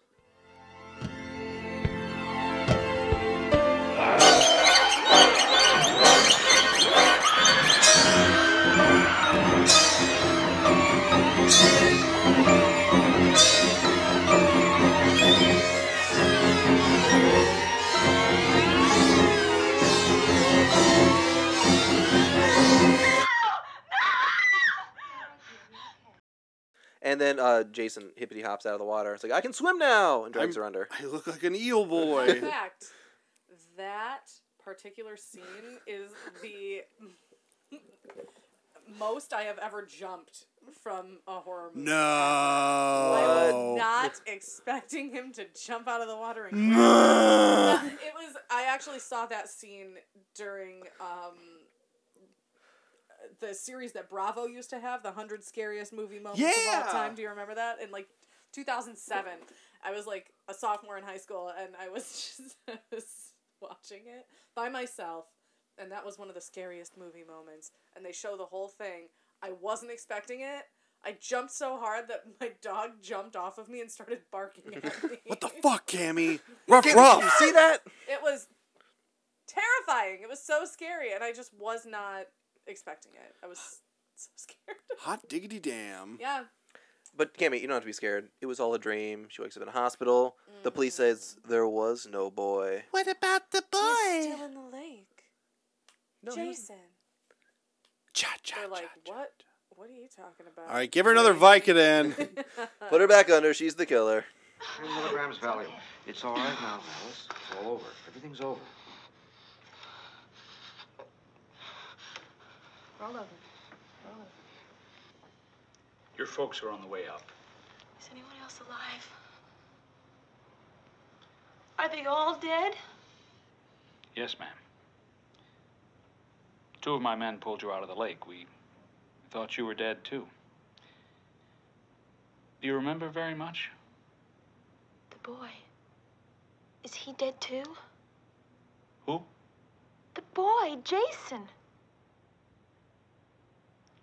C: And then uh, Jason hippity hops out of the water. It's like I can swim now, and drags
B: I'm-
C: her under.
B: I look like an eel
D: Fun
B: boy.
D: fact that particular scene is the most I have ever jumped from a horror movie. I
B: No.
D: was not expecting him to jump out of the water and
B: No.
D: it was I actually saw that scene during um the series that Bravo used to have, the 100 scariest movie moments of
B: Yeah.
D: all time. Do you remember that? In like 2007. I was like a sophomore in high school and I was just I was watching it by myself and that was one of the scariest movie moments and they show the whole thing. I wasn't expecting it. I jumped so hard that my dog jumped off of me and started barking at me.
B: What the fuck, Cammy?
C: Ruff,
B: Cammy,
C: ruff.
B: did you see that?
D: It was terrifying. It was so scary, and I just was not expecting it. I was so scared.
B: Hot diggity damn.
D: Yeah.
C: But Cammy, you don't have to be scared. It was all a dream. She wakes up in a hospital. The police says there was no boy.
B: What about the boy?
D: still in the lake. Jason. They're like, what? What are you talking about?
B: All right, give her another Vicodin.
C: Put her back under. She's the killer.
J: Three milligrams Valium. It's all right now, Alice. It's all over. Everything's over.
L: Roll over. Roll over.
M: Your folks are on the way up.
L: Is anyone else alive? Are they all dead?
M: Yes, ma'am. Two of my men pulled you out of the lake. We thought you were dead, too. Do you remember very much?
L: The boy. Is he dead too?
M: Who?
L: The boy, Jason.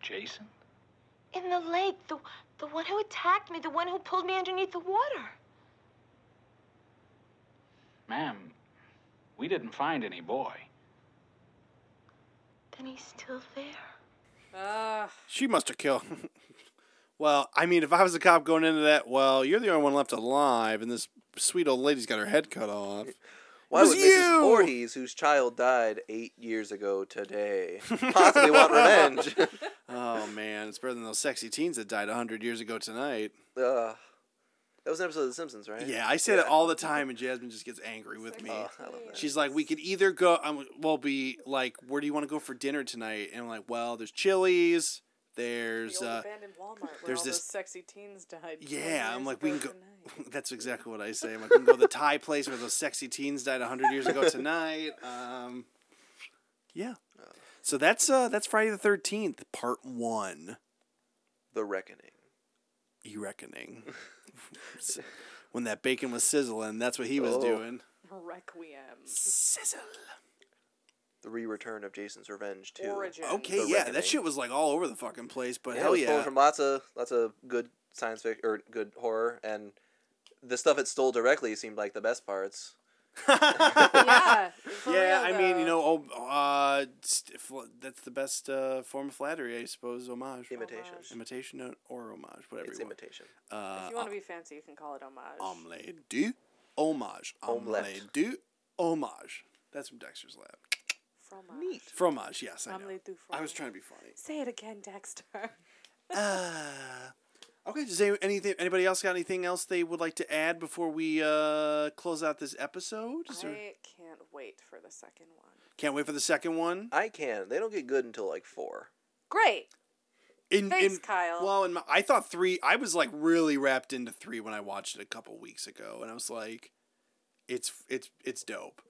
M: Jason?
L: In the lake. The, the one who attacked me. The one who pulled me underneath the water.
M: Ma'am, we didn't find any boy.
L: Then he's still there.
D: Ah.
B: she must have killed. well, I mean, if I was a cop going into that, well, you're the only one left alive, and this sweet old lady's got her head cut off.
C: Why
B: It was
C: would
B: you!
C: Mrs. Voorhees, whose child died eight years ago today, possibly want revenge?
B: oh man, it's better than those sexy teens that died hundred years ago tonight.
C: Ugh. that was an episode of The Simpsons, right?
B: Yeah, I say that all the time, and Jasmine just gets angry with me.
C: Oh, I love that.
B: She's like, we could either go. I'm, we'll be like, where do you want to go for dinner tonight? And I'm like, well, there's Chili's. There's
D: the old
B: uh,
D: abandoned Walmart where
B: there's
D: all
B: this-
D: those sexy teens died.
B: yeah. I'm like, we can go.
D: Tonight.
B: That's exactly what I say. I'm like, we can go to the Thai place where those sexy teens died hundred years ago tonight. Um, yeah. So that's uh, that's Friday the Thirteenth, Part One.
C: The Reckoning.
B: E Reckoning. when that bacon was sizzling, that's what he was
C: Oh.
B: doing.
D: Requiem.
B: Sizzle.
C: The re-return of Jason's Revenge too.
D: Origin.
B: Okay,
C: The
B: yeah,
C: Reckoning.
B: that shit was like all over the fucking place, but
C: Yeah, it
B: hell
C: was
B: yeah.
C: pulled from lots of lots of good science fiction or good horror, and the stuff it stole directly seemed like the best parts.
D: yeah. for
B: yeah,
D: real,
B: I mean, you
D: though.
B: know, oh, uh, st- fl- that's the best uh, form of flattery, I suppose. Homage,
C: Imitation. Homage.
B: imitation, no, or homage, whatever.
C: It's
B: you want.
C: imitation.
B: Uh, um,
D: If you want to be fancy, you can call it homage.
B: omelette du homage.
C: Omelette.
B: Omelette du homage. That's from Dexter's Lab.
D: Fromage.
B: Fromage, yes, I know.
D: Omelette du
B: I was
D: fromage.
B: trying to be funny.
D: Say it again, Dexter.
B: Uh, okay, does any- anything, anybody else got anything else they would like to add before we uh, close out this episode? Is there-
D: I can't wait for the second one.
B: Can't wait for the second one.
C: I can. They don't get good until like four.
D: Great.
B: In,
D: Thanks,
B: in-
D: Kyle.
B: Well, in my, I thought three. I was like really wrapped into three when I watched it a couple weeks ago, and I was like, "It's it's it's dope."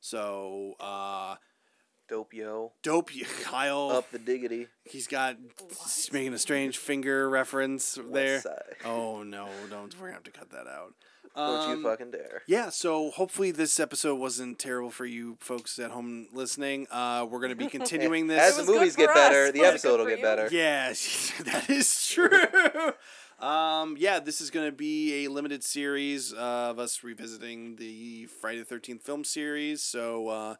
B: So, uh,
C: Dope yo.
B: dope, you, Kyle.
C: Up the diggity.
B: He's got he's making a strange finger reference there.
C: side.
B: Oh no! Don't we're gonna have to cut that out.
C: Don't
B: Um,
C: you fucking dare.
B: Yeah, so hopefully this episode wasn't terrible for you folks at home listening. Uh, we're going to be continuing this.
C: Eh, As the movies get better, the episode will get better.
B: Yes, that is true. um, yeah, this is going to be a limited series of us revisiting the Friday the Thirteenth film series. So uh,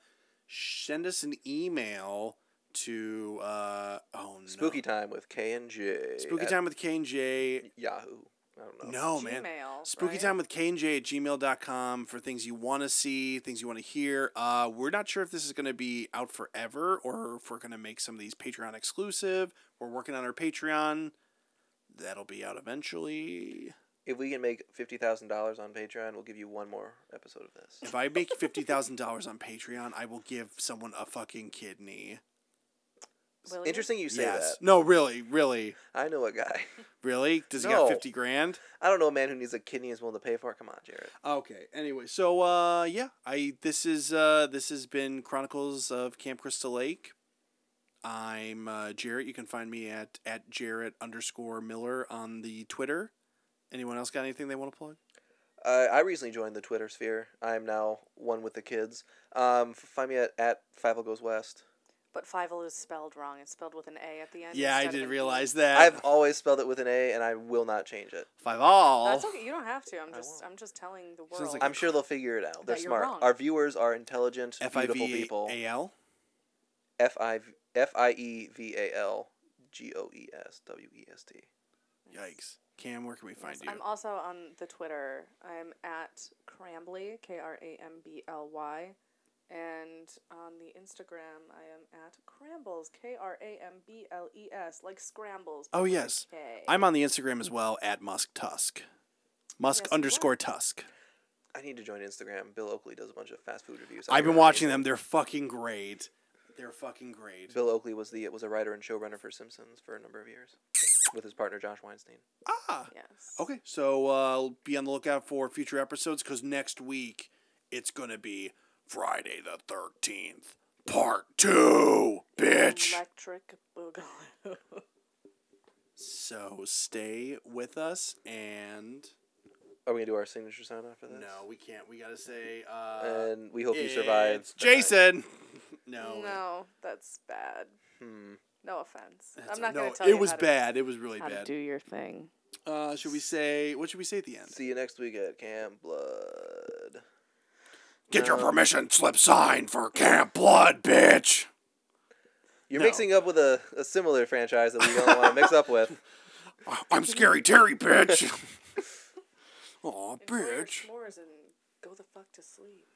B: send us an email to uh, oh no,
C: Spooky time with K and J.
B: spooky
C: at oh,
B: time with K and J.
C: Yahoo. I don't know.
B: No, Oh, man.
D: Gmail,
B: Spooky
D: right?
B: time with KJ at gmail.com for things you want to see, things you want to hear. Uh, we're not sure if this is going to be out forever or if we're going to make some of these Patreon exclusive. We're working on our Patreon. That'll be out eventually.
C: If we can make fifty thousand dollars on Patreon, we'll give you one more episode of this.
B: If I make fifty thousand dollars on Patreon, I will give someone a fucking kidney.
C: It's Interesting you say that.
B: No, really, really.
C: I know a guy.
B: Really? Does he
C: No.
B: got fifty grand?
C: I don't know a man who needs a kidney is willing to pay for it. Come on, Jared.
B: Okay. Anyway, so uh, yeah, I this is uh, this has been Chronicles of Camp Crystal Lake. I'm uh, Jarrett. You can find me at at Jarrett underscore Miller on the Twitter. Anyone else got anything they want to plug?
C: Uh, I recently joined the Twitter sphere. I am now one with the kids. Um, f- find me at, at Five Goes West.
D: But Fievel is spelled wrong. It's spelled with an A at the end.
B: Yeah, I
D: instead of
B: didn't
D: an E.
B: realize that.
C: I've always spelled it with an A, and I will not change it.
B: Five all.
D: That's okay. You don't have to. I'm just. I'm just telling the world.
C: I'm sure they'll figure it out. They're
D: That you're
C: smart.
D: wrong.
C: Our viewers are intelligent, beautiful
B: F.I.V.A.L.?
C: people. F I F I E V A L G O E S W E S T.
B: Yikes! Cam, where can we find you?
D: I'm also on the Twitter. I'm at Crambly, K R A M B L Y. And on the Instagram, I am at Crambles, K R A M B L E S, like scrambles. but
B: Oh
D: with a
B: yes,
D: K.
B: I'm on the Instagram as well at Musk Tusk, Musk
C: Yes, you are.
B: underscore Tusk.
C: I need to join Instagram. Bill Oakley does a bunch of fast food reviews.
B: I've been watching them. They're fucking great. They're fucking great.
C: Bill Oakley was the was a writer and showrunner for Simpsons for a number of years, with his partner Josh Weinstein.
B: Ah. Okay, so uh, be on the lookout for future episodes because next week it's gonna be Friday the Thirteenth, Part Two, bitch.
D: Electric Boogaloo.
B: So stay with us, and
C: Are we gonna do our signature sound after this?
B: no, we can't. We gotta say. Uh,
C: And we hope you survive
B: it's
C: the night.
B: Jason. no.
D: No, that's bad.
C: Hmm.
D: No offense.
B: That's-
D: I'm not
B: no,
D: going to tell
B: it
D: you.
B: was
D: how to-
B: bad. It was really
D: how to
B: bad.
D: do your thing.
B: Uh, should we say what should we say at the end?
C: See you next week at Camp Blood.
B: Get your
C: No.
B: permission slip signed for Camp Blood, bitch.
C: You're
B: No.
C: mixing up with a, a similar franchise that we don't want to mix up with.
B: I'm scary Terry, bitch. Aw, bitch.
D: S'mores and go the fuck to sleep.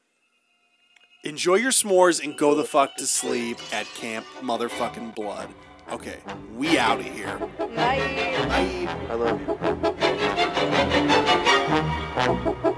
B: Enjoy your s'mores and go the fuck to sleep at Camp Motherfucking Blood. Okay, we out of here.
D: Night.
C: I love you.
B: Bye.